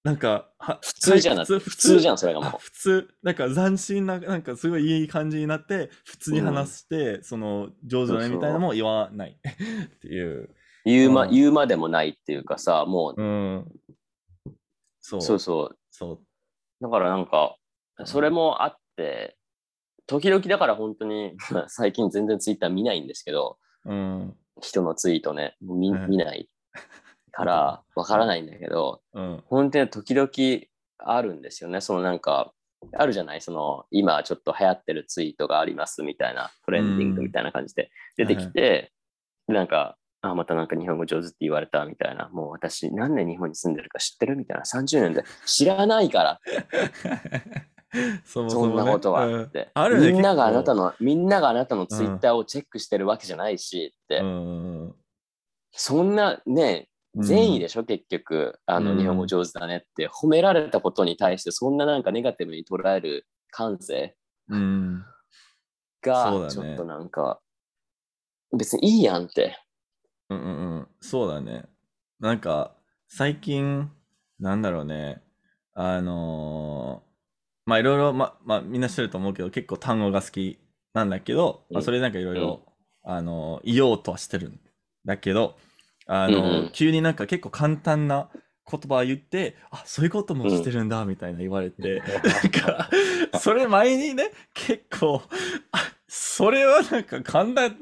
なんか、は普通じゃはないくて、普通じゃんゃん、それがあも普通なんか斬新ななんかすごいいい感じになって普通に話して、その上手だねみたいなのも言わない っていうう。言うま、うん言うまでもないっていうかさ、もううんそうそうそう。そうだからなんか、それもあって、時々だから本当に、まあ最近全然ツイッター見ないんですけど、うん人のツイートね、もう見はい見ないからわからないんだけど、 うん本当に時々あるんですよね。そのなんか、あるじゃないその今ちょっと流行ってるツイートがありますみたいな、トレンディングみたいな感じでう出んてきて、でなんか、あ、またなんか日本語上手って言われたみたいな、もう私何年日本に住んでるか知ってるみたいな、30年で知らないからそもそそもんねなことうはんって、あるねみんながあ結構なたのみんながあなたのツイッターをチェックしてるわけじゃないしって、うんうんそんなねうん善意でしょ、結局あの、うん日本語上手だねって褒められたことに対してそんななんかネガティブに捉える感性うんそうだがねちょっとなんか、別にいいやんってうんうんうん、そうだね。なんか、最近、なんだろうね。あのーまあいろいろ、ま、まあみんな知ってると思うけど、結構単語が好きなんだけど、まあ、うんそれなんかいろいろ、あのー言おうとはしてるんだけど、あのーうんうん急になんか結構簡単な言葉言って、あ、そういうこともしてるんだ、みたいな言われて、なんか、それ前にね、結構、あそれはなんか簡単、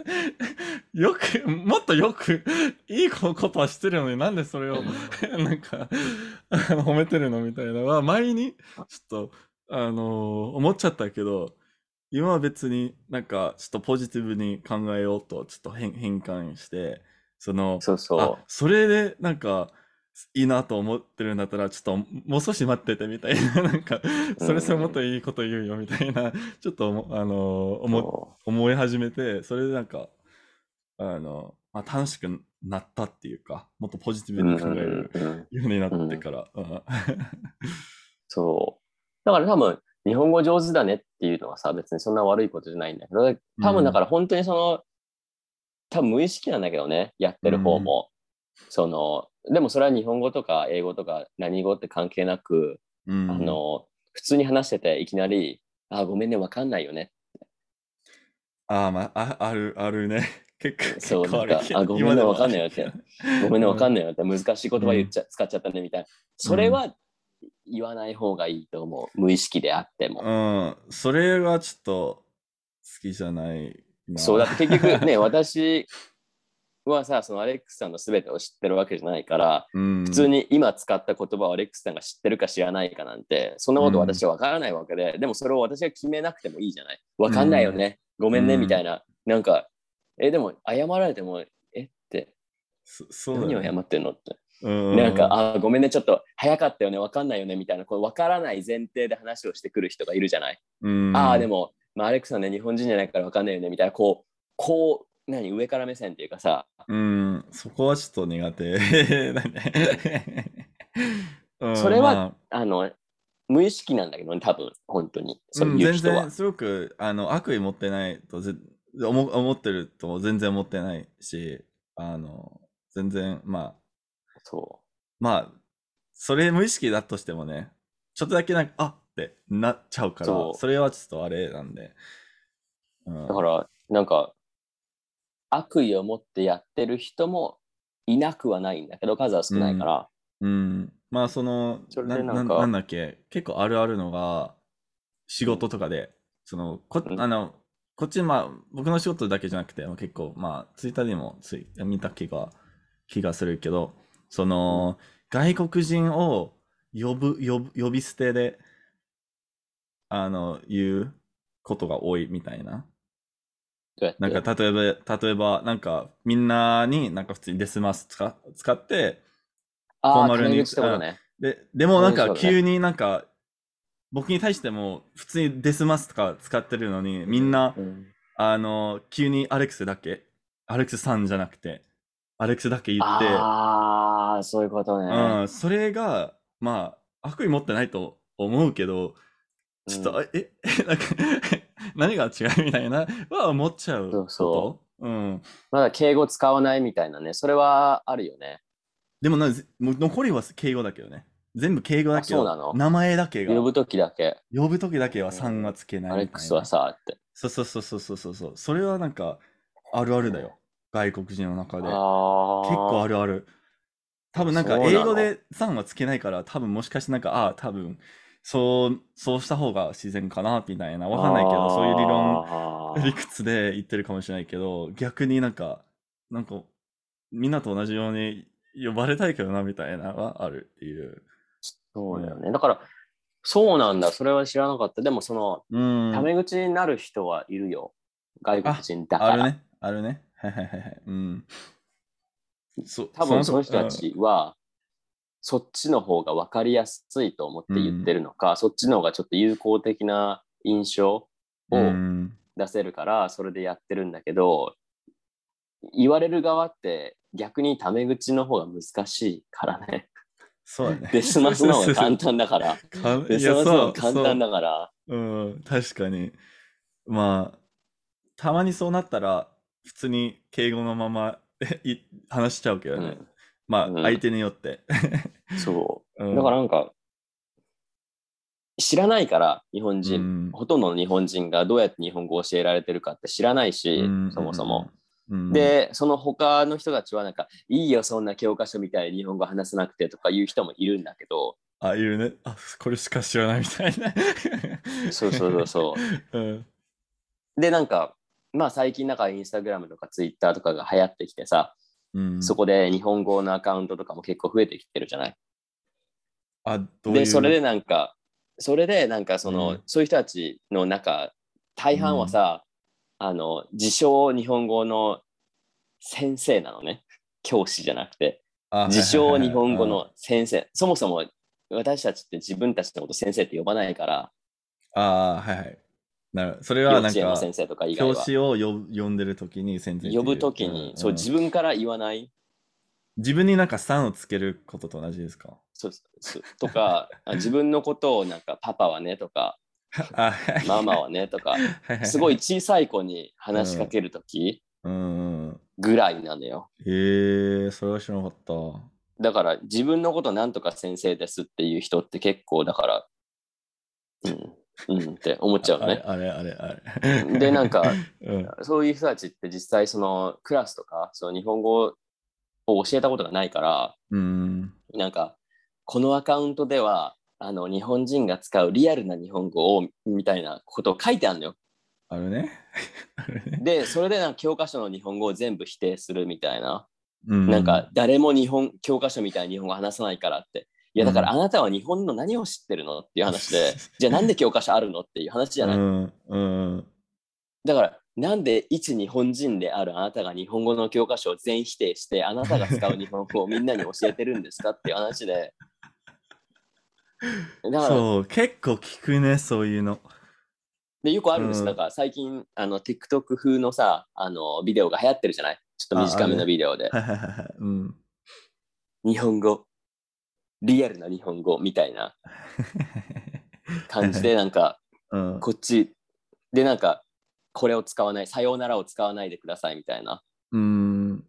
よく、もっとよく、 いいことはしてるのになんでそれを、なんか、 あの褒めてるのみたいなのは、前に、ちょっと、あのー思っちゃったけど、今は別になんか、ちょっとポジティブに考えようと、ちょっと変変換して、その、そうあそそれでなんかいいなと思ってるんだったら、ちょっともう少し待っててみたいな、なんか、それそれもっといいこと言うよみたいな、ちょっと思、あのー思、思い始めて、それでなんか、あの、まあ、楽しくなったっていうか、もっとポジティブに考えるうんうんうんようになってから。うんそう。だから多分、日本語上手だねっていうのはさ、別にそんな悪いことじゃないんだけど、多分だから本当にその、多分無意識なんだけどね、やってる方も。その、でもそれは日本語とか英語とか何語って関係なく、うんあの、普通に話してていきなり、あ、ごめんね、わかんないよね。ああ、まあ、あある、あるね。 結構、 そう結構なんかあごめんね今でもわかんないよってごめんね、わかんないよって難しい言葉言っちゃ、使っちゃったねみたいな。それは言わない方がいいと思う。無意識であっても。うん、それはちょっと好きじゃないな。そうだって結局ね私はさそのアレックスさんの全てを知ってるわけじゃないから うん、普普通に今使った言葉をアレックスさんが知ってるか知らないかなんてそんなこと私は分からないわけで、でもそれを私が決めなくてもいいじゃない分かんないよね、ごめんねうんみたいななんかえでも謝られてもえってそそうだ何を謝ねってんのって、うんなんかあごめんねちょっと早かったよね分かんないよねみたいなこれ分からない前提で話をしてくる人がいるじゃないうん、ああ、でも、も、まあ、アレックスはね、日本人じゃないから分かんないよね、みたいな、こう、こう、何、上から目線っていうかさ、うん、そこはちょっと苦手 だね。うんそれ はまああの、無意識なんだけどね、多分、本当に、そううんいう全人は然。すごくあの悪意持ってないとぜ思思ってると全然思ってないしあの全然まあそまあそれ無意識だとしてもねちょっとだけなんかあってなっちゃうからそそうれはちょっとあれなんで、うん、う。だから、なんか、悪意を持ってやってる人もいなくはないんだけど、数は少ないから、うん、まあそのそれでななんかななんだっけ結構あるあるのが仕事とかでそのこうんあのこっちまあ僕の仕事だけじゃなくて結構まあツイッターでもつい見た気が気がするけどその、外国人を呼ぶ呼ぶ呼び捨てであの言うことが多いみたいな。どうやってなんか例えば、例えば、なんかみんなになんか普通にデスマス使使って、あフォあ、ーマルタにメ口ってことね。で、でもなんうかんそうだね急になんか、僕に対しても普通にデスマスとか使ってるのに、みんな、うんあの、急にアレックスだけ、アレックスさんじゃなくて、アレックスだけ言って、ああ、そういうことね。うん、それが、まあ、悪意持ってないと思うけど、ちょっと、うんえ、 えなんか何が違うみたいな、は思っちゃうそうこと。そうん。まだ敬語使わないみたいなね、それはあるよね。でもな、ぜもう残りは敬語だけどね。全部敬語だけど、あそうなの名前だけが、呼ぶときだけ、呼ぶときだけはさんはつけないみたいなアレックスはさ、って。そうそうそうそうそうそうそう。それはなんか、あるあるだよ。外国人の中で。結ああ。構あるある。多分なんか、そうな英の語でさんはつけないから、多分もしかしてなんか、ああ、多分、そう、そうした方が自然かな、みたいな。わかんないけど、そういう理論、理 論。屈で言ってるかもしれないけど、逆になんか、なんか、みんなと同じように呼ばれたいけどな、みたいなのはあるっていう。そうだよね。だから、そうなんだ。それは知らなかった。でも、その、うん。タメ口になる人はいるよ。外国人だかあるら。ね。あるね。はいはいはいはい。うん。そ多分、その人うんたちは、そっちの方が分かりやすいと思って言ってるのか、そっちの方がちょっと友好的な印象をうん出せるから、それでやってるんだけど、言われる側って逆にタメ口の方が難しいからね。 そう だね。デスマスの方が簡だ単だかから。デいスやマスの方そうが簡単だから。そううん、確かに。まあ、たまにそうなったら、普通に敬語のまま えい話しちゃうけどね。うんまあ、うん相手によって。 そう。うんだから、なんか、知らないから、日本う人、んほとんどの日本人がどうやって日本語を教えられてるかって知らないし、うんそもそも。。うん、で、その他の人たちは、なんか、いいよ、そんな教科書みたいに日本語話さなくてとか言う人もいるんだけど、あ、いるね。あ、これしか知らないみたいな。。そうそうそうそ ううん。う。で、なんか、まあ最近なんかインスタグラムとかツイッターとかが流行ってきてさ、うん、そこで日本語のアカウントとかも結構増えてきてるじゃないあ、どういうでそれでなんかそれでなんかその、うんそういう人たちの中大半はさ、あの自称日本語の先生なのね教師じゃなくてあ自称日本語の先生。そもそも私たちって自分たちのこと先生って呼ばないから、ああーはいはいなるそれ幼はなん稚園のか先生とか以外教は。師を呼ぶ呼んでる時に先生っていう呼ぶときに、んそう、自分から言わない、自分になんか「さん」をつけることと同じですか そうそうとか、あ自分のことをなんか、パパはねとか、あはいママはねとか、はい すごい小さい子に話しかけるときうんうんぐらいなのよ。へえそれは知らなかっただから、自分のことなんとか先生ですっていう人って結構、だから、うん、うんって思っちゃうね。あれあれあれあれでなんか、 うん、そういう人たちって実際そのクラスとかその日本語を教えたことがないからうん、なんかこのアカウントではあの日本人が使うリアルな日本語をみたいなことを書いてあるのよ。あれね あれねでそれでなんか教科書の日本語を全部否定するみたいな、うなんか誰も日本教科書みたいに日本語話さないからって。いやだからあなたは日本の何を知ってるのっていう話 で、じゃあなんで教科書あるのっていう話じゃない。うんうんだから、なんで一日本人であるあなたが日本語の教科書を全否定して、あなたが使う日本語をみんなに教えてるんですかっていう話で。だから、そう結構聞くねそういうの でよくあるんですうよ。んだから最近、あの、TikTok 風のさ、あの、ビデオが流行ってるじゃないちょっと短あめあのるビデオで。はいはいはいはいうん 日本語、リアルな日本語みたいな感じで、なんか、うんこっち、で、なんか、これを使わない、さようならを使わないでくださいみたいな。うん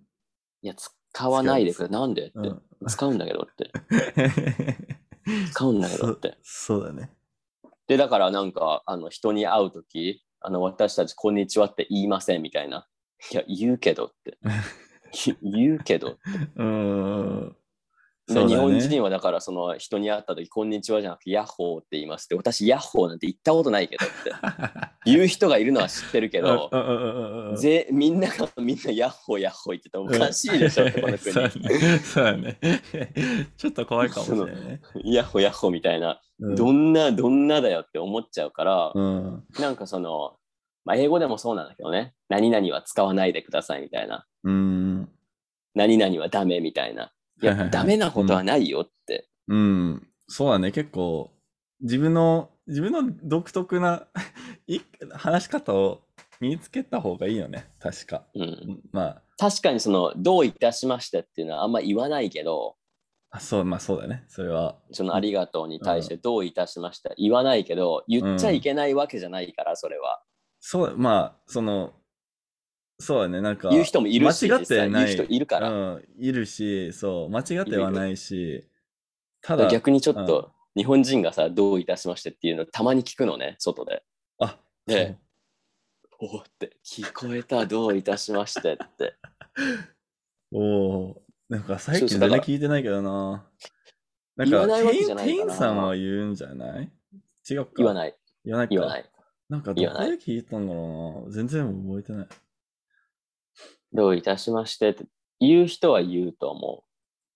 いや、使わないでください。 なんでって。うん使うんだけどって。使うんだけどって。そうだねで、だからなんか、あの、人に会うとき、あの、私たち、こんにちはって言いませんみたいな。いや、言うけどって。言うけど。うんで日本人はだから、その、人に会ったとき、こんにちはじゃなくて、ヤッホーって言いますって、私、ヤッホーなんて言ったことないけどって。言う人がいるのは知ってるけど、どぜみんながみんなヤッホーヤッホー言ってたらおかしいでしょって、この国。 そうだねそうだねちょっと怖いかもしれないねヤッホーヤッホーみたいな、うんどんな、どんなだよって思っちゃうから、うんなんかその、まあ、英語でもそうなんだけどね、何々は使わないでくださいみたいな、うん何々はダメみたいな、いはいはいや、はいダメなことはないよって、うん、そうだね、結構、自分の、自分の独特な い話し方を身につけた方がいいよね、確か。うんうんま確かにその、どういたしましてっていうのはあんま言わないけど、あ、あそう、まあそうだね、それは。そのありがとうに対してどういたしました、言わないけど、言っちゃいけないわけじゃないから、それは。そう、まあ、その、そうだね、なんか、言う人もいるし、間違ってない実際言う人いるから、うん、いるし、そう、間違ってはないし、ただかだら、逆にちょっと、日本人がさ、どういたしましてっていうのたまに聞くのね、外で。あ、ええおーって、聞こえた、どういたしまして って。そうおーなんか最そうそ近全うだから然聞いてないけどな。なん言かわないわけじゃない店員かな店員さんは言うんじゃない違うか。言わい。ない、言わないか。言わない。なんかど言わこないで聞いたんだろうな。全然覚えてない。どういたしましてって言う人は言うと思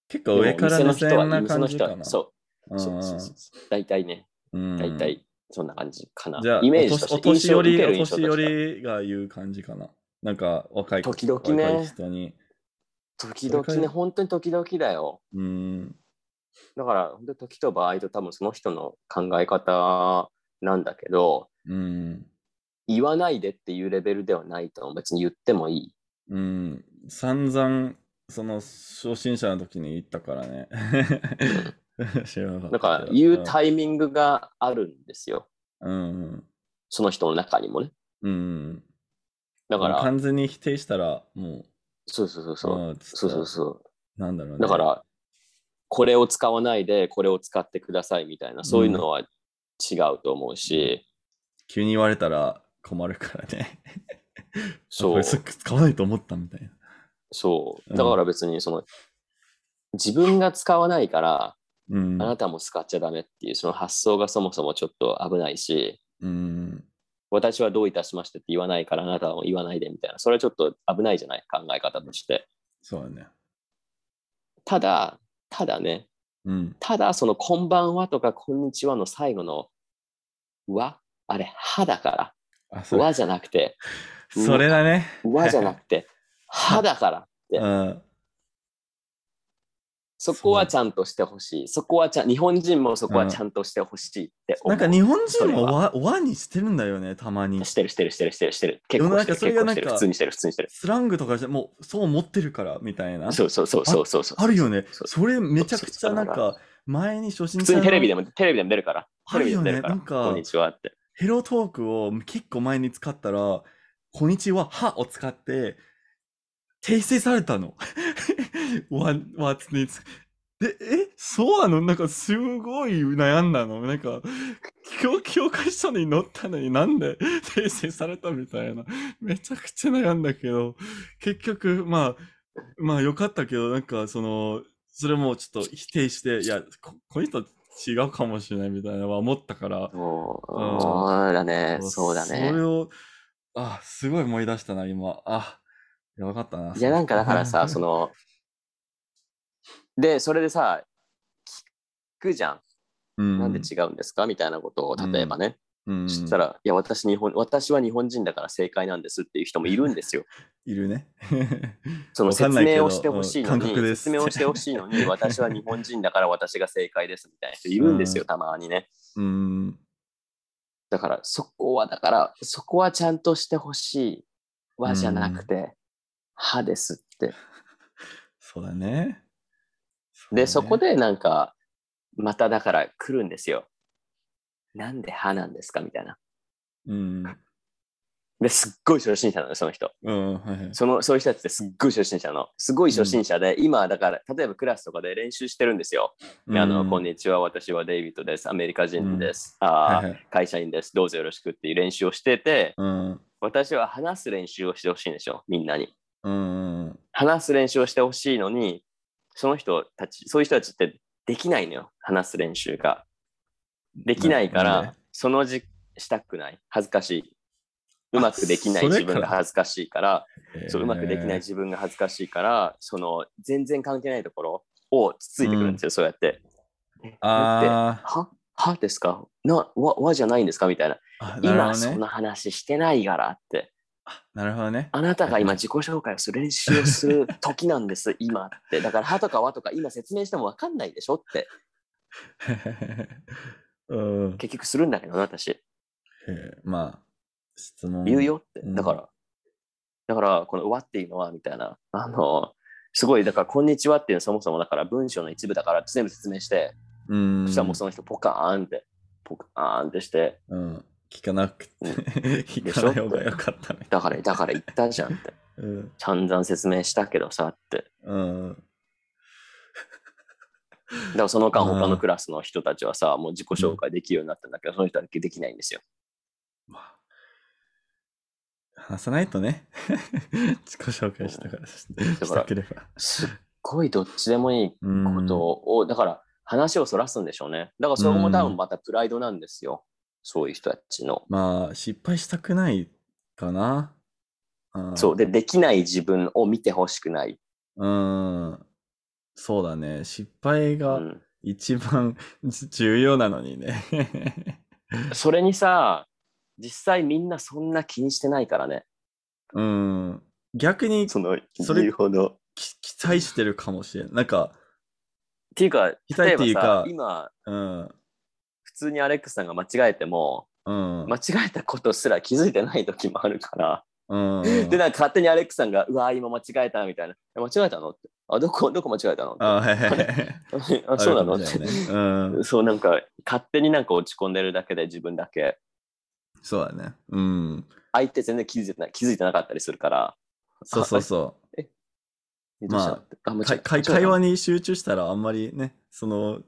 結う。構上からでも目店の人は線な感じ店のか人な。はそうう。んそうそうそうそう大体ね、うん。大体そんな感じかな。じゃあ、イメージとしてお年寄り、印象受けるお印象年と寄してりが言う感じかな。なんか若い時々ね若い人に。時々それかね、ら本当に時々だよ。うん。だから、本当に時と場合と多分その人の考え方なんだけど、うん。言わないでっていうレベルではないと思う。別に言ってもいい。うん。散々、その、初心者の時に言ったからね。 知らなかったけど。だから、言うタイミングがあるんですよ。うん。その人の中にもね。うん。うん。だから、完全に否定したら、もう、そうそうそうそう。うんそうそうそう。なんだろうね。だから、これを使わないで、これを使ってくださいみたいな、そういうのは違うと思うし、急に言われたら困るからね。そ こうれ、使わないと思ったみたいな。そう。うんだから別に、その、自分が使わないから、うん。あなたも使っちゃダメっていう、その発想がそもそもちょっと危ないし、うん。私はどういたしましてって言わないから、あなたはもう言わないでみたいな、それはちょっと危ないじゃない、考え方として。そうだね。ただ、ただね、うん。ただ、その、こんばんはとか、こんにちはの最後の、は、あれ、歯だかあ、そら、うはじゃなくて、それだね。 和じゃなくて、歯だからってうん。そこはちゃんとしてほしい。そこはちゃん、日本人もそこはちゃんとしてほしいって思なう。んか日本人それもはわ輪にしてるんだよね、たまに。してるしてるしてるしてるしてる。結構してる、でもなんかそれが結構なんかしてる、普通にしてる、普通にしてる。スラングとかじゃ、もうそう思ってるからみたいな。そうそうそうそうそうそう。あるよね。そうそれめちゃくちゃなんそうか、前に初心普者通のにテレビでも、テレビでも出るから。テレビでも出るから。あるよねなんかこんにちはって。ヘロトークを結構前に使ったら、こんにちは、はを使って、訂正されたの。 わ、わつにつで、え、そうなのなんかすごい悩んだの。なんか、教、教科書に載ったのになんで 訂正されたみたいな。めちゃくちゃ悩んだけど、結局、まあ、まあよかったけど、なんかその、それもちょっと否定して、いや、こ、この人違うかもしれないみたいなのは思ったから、もう、うんそうだね。そうだそれね。を、あ、すごい思い出したな、今。あ、やばかったな。いや、なんかだからさ、その、の、で、それでさ、聞くじゃ。うんん、なんで違うんですかみたいなことを、例えばね。うん、そしたら、ら、いや、私日本、私は日本人だから正解なんですっていう人もいるん ですよ。いるね。そのわか説んないけ明どをしてほしいのうん感に、覚です説明をしてほしい のに、私は日本人だから私が正解ですみたいな人いるんですうよ、んたまにね。うん。だから、そこは、だから、そこはちゃんとしてほしい。はじゃなくて、はですって。そうだね。うだねで、そこ、でなんか、まただから来るんですよ。なんではなんですかみたいな。うん。で、すっごい初心者なのよ、その人。うん、はいはい。そのそういう人たちってすっごい初心者なの。すごい初心者で、今だから、例えばクラスとかで練習してるんですよ。であの、こんににちは、私はデイビッドです。アメリカ人です。ちあーはいはい。会社員です。どうぞよろしくっていう練習をしてて、うん。私は話す練習をしてほしいんでしょ、みんなに。うん。うん話す練習をしてほしいのに、その人たち、そういう人たちってできないのよ、話す練習が。できないなかなんらで、そのじしたくない。恥ずかしい。うまくできないあそれ自分かがら恥ずかしいから、そううまくできないえー自分が恥ずかしいから、その全然関係ないところをつついてくるんですよ、そうやって。だってあははですかなわわじゃないんですかみたいな。ーあ、なるほ今どそんね。な話してないからって。なるほどね。あなたが今自己紹介をする練習をする時なんです、今って。だからはとかわとか今説明しても分かんないでし ょって うん。結局するんだけどな私。えーまあ、質問。言うよって。うんだから、だから、このわっていうのは、みたいな、あの、すごい、だから、こんにちはっていうのはそもそもだから文章の一部だから全部説明して、うん。そしたらもうその人ポカーンって、ポカーンってして、うん。聞かなくてうん、 聞かない方がよかったね。だから、だから言ったじゃんって、うん。散々説明したけどさって。うん。だからその間、うん他のクラスの人たちはさ、もう自己紹介できるようになったんだけど、その人だけできないんですよ。まあ話さないとね。 自己紹介したから、しらしたければ。すっごいどっちでもいいこうんとを、だから、話をそらすんでしょうね。だから、それも多分またプライドなんですよ。そういう人たちの。まあ、失敗したくないかな。うんそう。で、できない自分を見てほしくない。うん。そうだね。失敗うがん、一番 じ重要なのにね。 それにさ、実際みんなそんな気にしてないからね。うん。逆にその、それ言うほど。っき期待してるかもしれん。なんか、ていうか、期例待えってばいうかさ、今、うん。普通にアレックスさんが間違えても、うん。間違えたことすら気づいてない時もあるから。うん。で、なんか勝手にアレックスさんが、うわー、今間違えたみたいな。え間違えたのって。あ、どこ、どこ間違えたのあ、はいはいはい。あ、そうなのあっるかもしてれ。ないねうん。 そう、なんか、勝手になんか落ち込んでるだけで自分だけ。そうだね。うん。相手全然気づいてない、気づいてなかったりするから。そうそうそえどうしたまあってあ間う。違かえた会間違え会た話に集中したらあんまりね、その、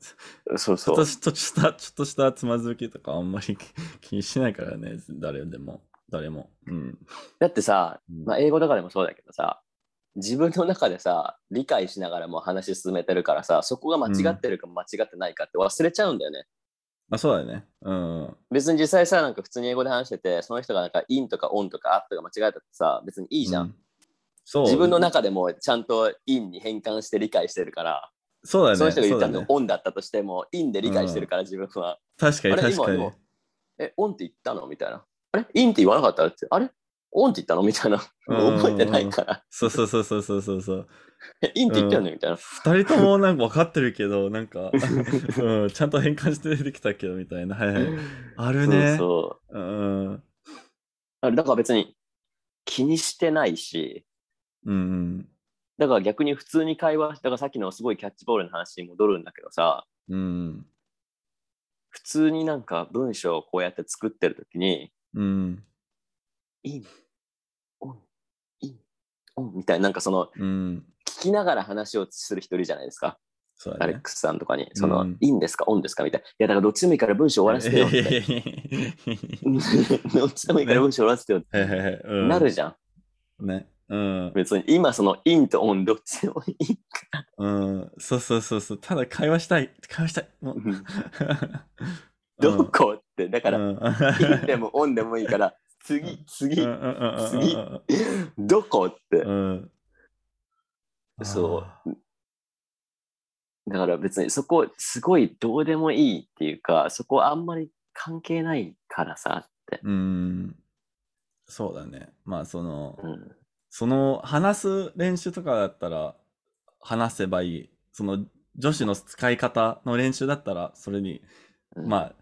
そうち そょっとう。ちょっとした、 ちょっとしたつまずきとかあんまり 気にしないからね、誰でも、誰も。うん。だってさ、まあ、英語とかでもそうだけどさ、自分の中でさ、理解しながらもう話進めてるからさ、そこが間違ってるか間違ってないかって忘れちゃうんだよね。あ、そうだね。うん。別に実際さ、なんか普通に英語で話してて、その人がなんか、インとかオンとかアッとか間違えたってさ、別にいいじゃん。う。そう。自分の中でもちゃんとインに変換して理解してるから、そうだね。その人が言ったそうだのねオンだったとしても、インで理解してるから自分は、確かにあれ確今かでにも。え、オンって言ったのみたいな。あれインって言わなかったって。あれオンって言ったのみたいな。うん覚えてないから。そうそうそうそうそうそうそう。えインって言ったよねみたいな。二人ともなんか分かってるけど、なんか、 うん、ちゃんと変換して出てきたけど、みたいな。はい はい。あるね。うそうそん。うんうあれ。だから別に気にしてないし、うん。だから逆に普通に会話しだからさっきのすごいキャッチボールの話に戻るんだけどさ、うん。普通になんか文章をこうやって作ってるときに、うん。イン、オン、イン、オンみたいな、なんかその、うん。聞きながら話をする人いるじゃないですか。そうアだレねッ。クスさんとかに、そうのん、いいんですか、オンですかみたいな。いや、だからどっちでもいいから文章終わらせてよって。 どっちでもいいから文章終わらせてよって。ななるじゃん。ね。うん。別に、今その、インとオン、どっちでもいい。うん。そうそうそうそう。ただ会話したい。会話したい。もう。どうんこって、だから、うんインでもオンでもいい から、次、次う、んうんうんうん次どこって。うん。うんそうだから別にそこ、すごいどうでもいいっていうか、そこあんまり関係ないからさって。うん。そうだね。まあ、その、うん。その、話す練習とかだったら、話せばいい。その、女子の使い方の練習だったら、それに、うんまあ、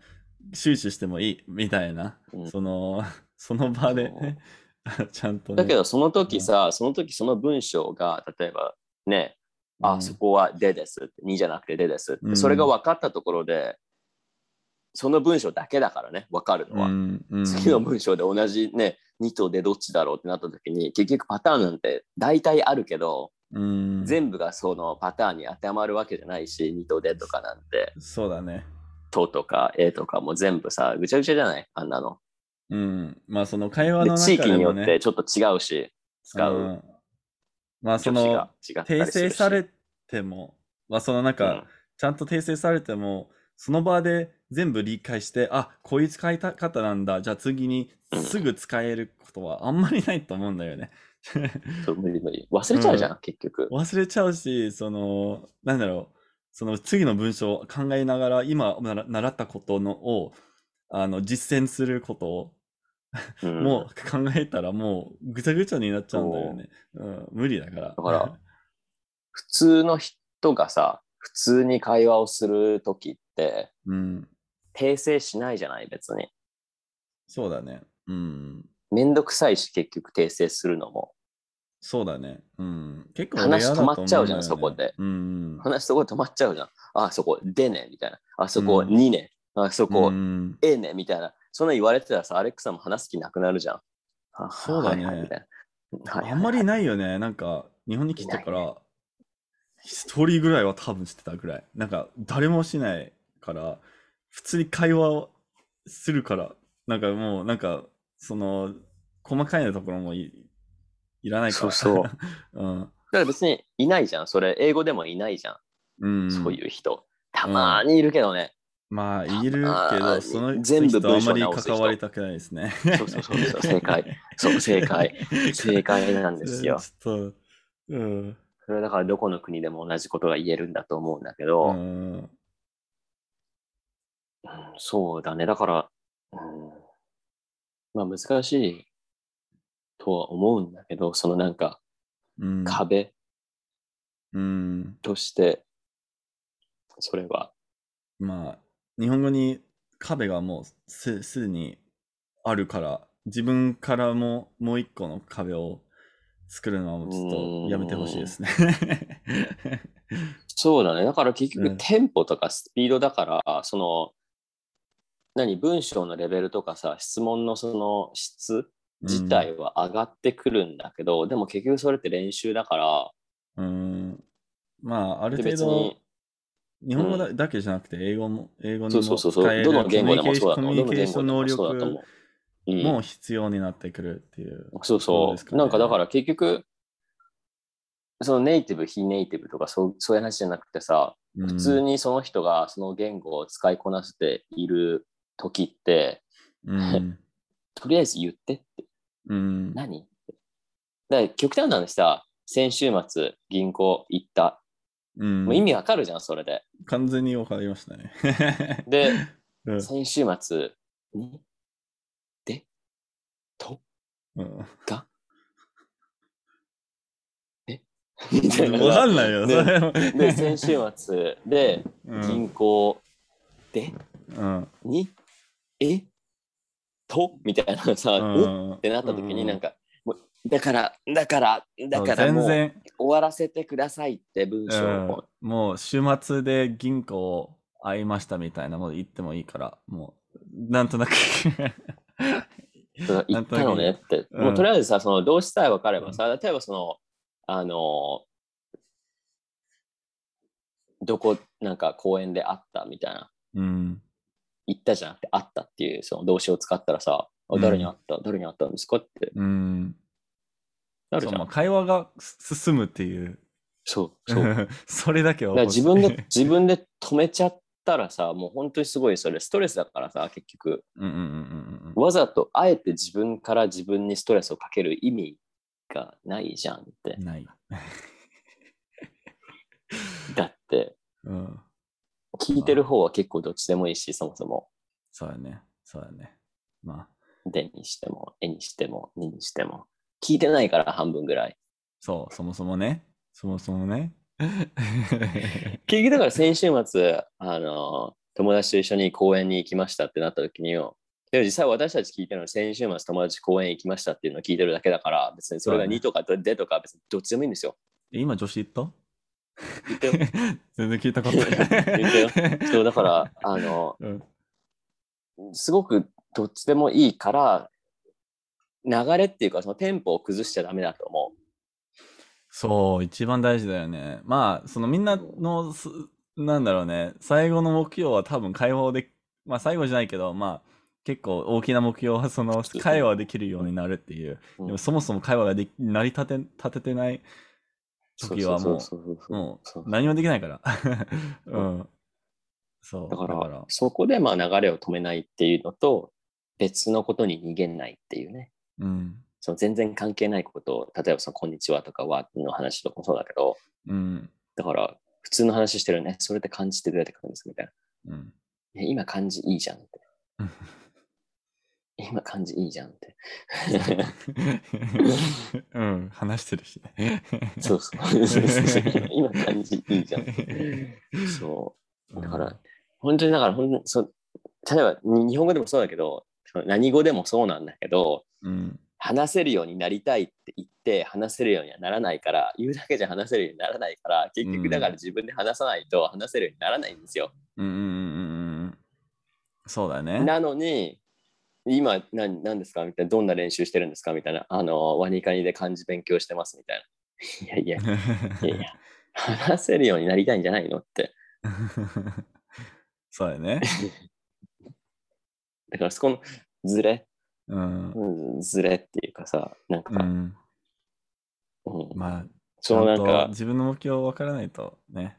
集中してもいい、みたいな。うんその、 その場でね、 ちゃんとね。だけどその時さ、その時その文章が例えばね、うあんそこは「で」ですって「に」じゃなくて「で」ですって、うんそれが分かったところでその文章だけだからね分かるのは、うんうん次の文章で同じね「に」と「で」どっちだろうってなった時に結局パターンなんて大体あるけど、うん全部がそのパターンに当てはまるわけじゃないし「に」と「で」とかなんてそうだね。 「と」とか「え」とかも全部さぐちゃぐちゃじゃないあんなの。うん。まあ、その会話での中地で域によもってね、ちょっと違うし使ううんまあ、そ女子のが、違ったり訂す正るし。されても、まあ、そのなんか、うんちゃんと訂正されても、その場で全部理解して、あ、こういう使い方なんだ。じゃあ次にすぐ使えることはあんまりないと思うんだよね。そう無理無理。忘れちゃうじゃん、結局。忘れちゃうし、その、なんだろう、その次の文章を考えながら、今なら習ったことのを、あの、実践することを、うんもう考えたらもうぐちゃぐちゃになっちゃうんだよね。うん、無理だから。だから、普通の人がさ、普通に会話をするときって、 うん、訂正しないじゃない、別に。そうだね。うん。めんどくさいし、結局訂正するのも。そうだね。うん。結構話レアだと思うんだよね止まっちゃうじゃんそこで。うん。話そこで止まっちゃうじゃん。あ、そこ、でね、みたいな。あそこ、うんにね。あそこ、うんえね、みたいな。そんな言われてたらさ、アレックさんも話す気なくなるじゃん。あそうだねはいはいみたいなはいはいはいあんまりないよね。なんか、日本に来てかいなら、一人ぐらいは多分してたぐらい。なんか、誰もしないから、普通に会話をするから、なんかもう、なんか、その、細かいなところもいいらないから。そう う。うん。だから別にいないじゃん。それ、英語でもいないじゃん。うん、そういう人。たまーにいるけどね。まあ、いるけあーど、その全部人とあ文ん章まり直す人関わりたくないですね。そうそうそうそう正解。そう、正 解。正解なんですよ。ちょっと、うん。それはだからどこの国でも同じことが言えるんだと思うんだけうど、うんん。そうだね。だから、うん、まあ難しいとは思うんだけど、そのなんかうん。壁うん。として、それは。まあ、日本語に壁がもうすすでにあるから、自分からももう一個の壁を作るのはもうちょっとやめてほしいですね。そうだね。だから結う局んテンポとかスピードだから、その、何、文章のレベルとかさ、質問のその質 自体は上がってくるんだけど、でも結局それって練習だから、うん。まあ、あるで程別に度、日本語だ,、だけじゃなくて、英語も、英語にそもうそうそうそう、使えるどの言語でもそうコだとミ思ュニう。どのケー言ショ語ンで能もそうだと力思う。うん、も必要になってくるっていう。そうそうそですう。かねなんかだから結局、そのネイティブ、非ネイティブとかそうそういう話じゃなくてさ、普通にその人がその言語を使いこなしている時って、うん。うん。とりあえず言ってってうん。何ってだから極端な話さ、先週末銀行行った。うんもう意味わかるじゃん、それで。完全に分かりましたね。 で、うん 先週末に、で、と、うん。みたいなのわかが。んないよ、ねそれも。で、先週末でうん銀行で、うん。に、えとみたいなさ、おっってなった時になんか、もうだから、だから、だから全もう終然、わらせてくださいって文章うんを、もう週末で銀行会いましたみたいなもの言ってもいいから、もう、なんとなく その言ったのねって、うんもうとりあえずさ、その動詞さえ分かればさ、例えばその、あの、どこ、なんか公園で会ったみたいな、うん。行ったじゃなくて会ったっていうその動詞を使ったらさ、あうん誰に会った、誰に会ったんですかってうん。なるじそうゃまあん。会話がす進むっていう。そう、そう。だか それだけはら覚えて自分で、自分で止めちゃったらさ、もう本当にすごいそれ、ストレスだからさ、結局。 うんうんうんわざとあえて自分から自分にストレスをかける意味がないじゃんってう。ん。ない。だって、うん。聞いてる方は結構どっちでもいいし、そもそも。そうやね。そうやね。まあ、でにしても、えにしても、ににしても。聞いてないから半分ぐらい。そう、そもそもね。そもそもね。 結局だから先週末、あの、友達と一緒に公園に行きましたってなった時によ。でも実際私たち聞いてるのは先週末友達公園行きましたっていうのを聞いてるだけだから、別にそれが2とかでとか別にどっちでもいいんですよ。え今、女子言った言ってよ 全然聞いたことない。言 ってよ。 そうだから、あの、 うん。すごくどっちでもいいから流れっていうかそのテンポを崩しちゃダメだと思そう、一番大事だよね。まあ、そのみんなのす、なんだろうね、最後の目標は多分会話をで、まあ最後じゃないけど、まあ結構大きな目標はそのそう会話できるようになるっていう。う。でもそもそも会話ができ成り立て、立ててない、時はもうそうそうそうそうもそうう何もできないから。 う。うんそう、だからそこでまあ流れを止めないっていうのと別のことに逃げないっていうねうん。その全然関係ないことを例えばその「こんにちは」とか「は」の話とかもそうだけどうん。だから普通の話してるねそれって感じてどうやって書くんですかみたいな うん。 「いや今感じいいじゃん」ってうん「今感じいいじゃん」ってうん、話してるしね。そう そうそうそう今感じいいじゃんそうだから、本当にだから本当にそう例えばに日本語でもそうだけどその何語でもそうなんだけどうん、話せるようになりたいって言って話せるようにはならないから言うだけじゃ話せるようにならないから結うん局だから自分で話さないと話せるようにならないんですよ。うんうんうんうんうん。そうだね。なのに今何何ですかみたいなどんな練習してるんですかみたいなあのワニカニで漢字勉強してますみたいな。 いやいやいやいや話せるようになりたいんじゃないのって そうだね。だからそこのズレうん。うんズレっていうかさなんか、うん、うんまあ、ちそゃのなんんとか、自分の目標分からないとね。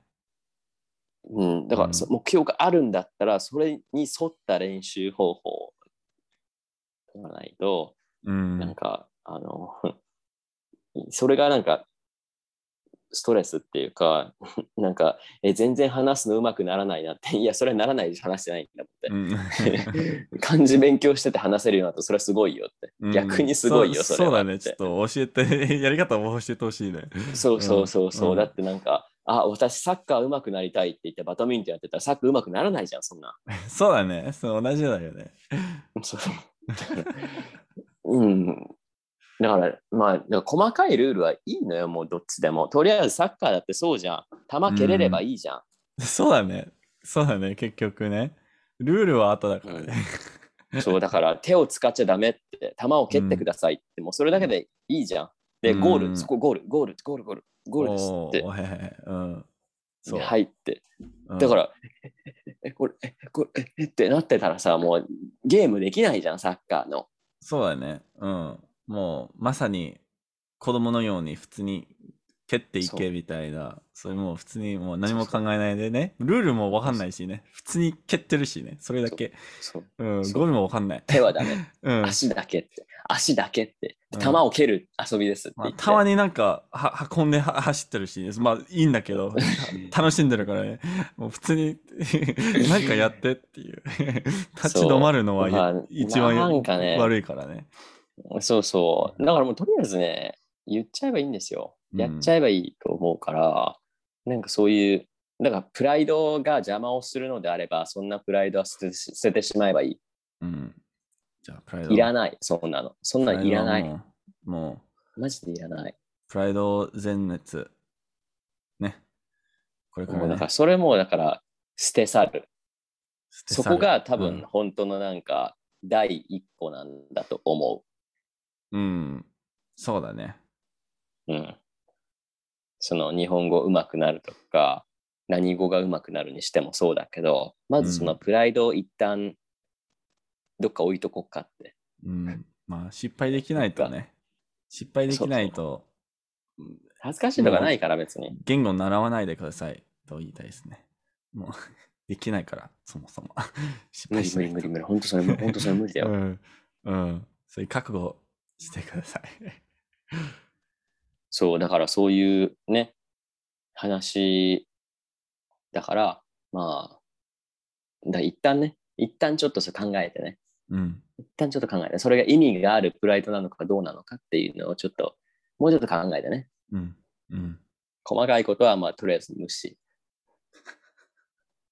うん、だかうんらそ目標があるんだったら、それに沿った練習方法を取らないと、うん。なんか、あの、 それがなんか、ストレスっていうか、 なんか、え、全然話すのうまくならないなって、い や、それはならないで話してないんだってう。ん 漢字勉強してて話せるようになったら、それはすごいよって。うん逆にすごいよ、そうそれそうはだね。ってちょっと教えて、 やり方を教えてほしいね。そうそうそうそう、うんだってなんか、あ、私サッカー上手くなりたいって言ってバドミントンやってたらサッカー上手くならないじゃん、そんな。そうだね。そう同じだよね。そう。うん。だから、まあ、だから細かいルールはいいのよ、もうどっちでも。とりあえずサッカーだってそうじゃん。球蹴れればいいじゃん。そうだね。そうだね。結局ね。ルールは後だからね。そう、だから手を使っちゃダメって、球を蹴ってくださいって、もうそれだけでいいじゃん。で、うんゴール、そこゴール、ゴール、ゴール、ゴール、ゴールですおーはいはいはいうん。っそう。て。入って。うんだから、え、えこれ、え、これ、え、えってなってたらさ、もうゲームできないじゃん、サッカーの。そうだね。うん。もう、まさに、子供のように普通に蹴っていそけうみたいな、それもう普通にもう何も考そうそえないでね、ルールもわかんないしね、普通に蹴ってるしね、それだけ。そううん、そうゴールもわかんない。手はダメ、うん。足だけって、足だけって、うん球を蹴る遊びですってま言あ、って。たまになんかは運んでは走ってるし、まあいいんだけど、た楽しんでるからね、もう普通に 何かやってっていう、立ち止まるのはまあ一番なんかね悪いからね。そうそう。だからもうとりあえずね、言っちゃえばいいんですよ。うんやっちゃえばいいと思うから、なんかそういう、だからプライドが邪魔をするのであれば、そんなプライドは捨て捨ててしまえばいうん。じゃあ、プライド。い。いらない、そんなの。そんなんいらなプライドい。はもう。もマジでいらない。う、プライド全滅。ね。これかもら、うねだから、それもだから、捨て去る。捨て去そるこが多うん分、本当のなんか、第一歩なんだと思うん。そうだね。う。うん。その、日本語上手くなるとか、何語が上手くなるにしてもそうだけど、まずそのプライドを一旦、どっか置いとこっかって。うん。まあ、失敗できないとね。失敗できないと、恥ずかしいとかないから別に。言語習わないでくださいと言いたいですね。もう、 できないから、そもそも。 失無敗理し無な理い無理と。無理。本当それ無理、本当それ無理だよ。うん。うん。そういう覚悟してください。 そう、だからそういうね、話だから、まあ、だから一旦ね、一旦ちょっとそれ考えてね、うん。一旦ちょっと考えて、それが意味があるプライドなのかどうなのかっていうのをちょっと、もうちょっと考えてね、うん。うん。細かいことはまあとりあえず無視。っ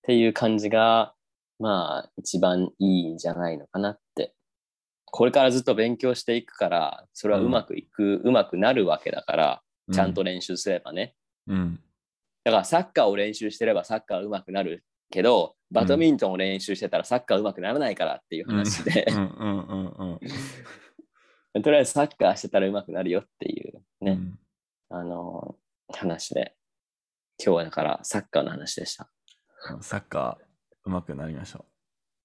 ていう感じが、まあ一番いいんじゃないのかなって。これからずっと勉強していくから、それはうまくいく、うまくなるわけだから、ちゃんと練習すればね。うん。だからサッカーを練習してればサッカー上手くなるけど、バドミントンを練習してたらサッカー上手くならないからっていううん。話でう、んうんうんうん。 とりあえずサッカーしてたら上手くなるよっていううね、んあのー話で、今日はだからサッカーの話でした。サッカー、うまくなりましょう。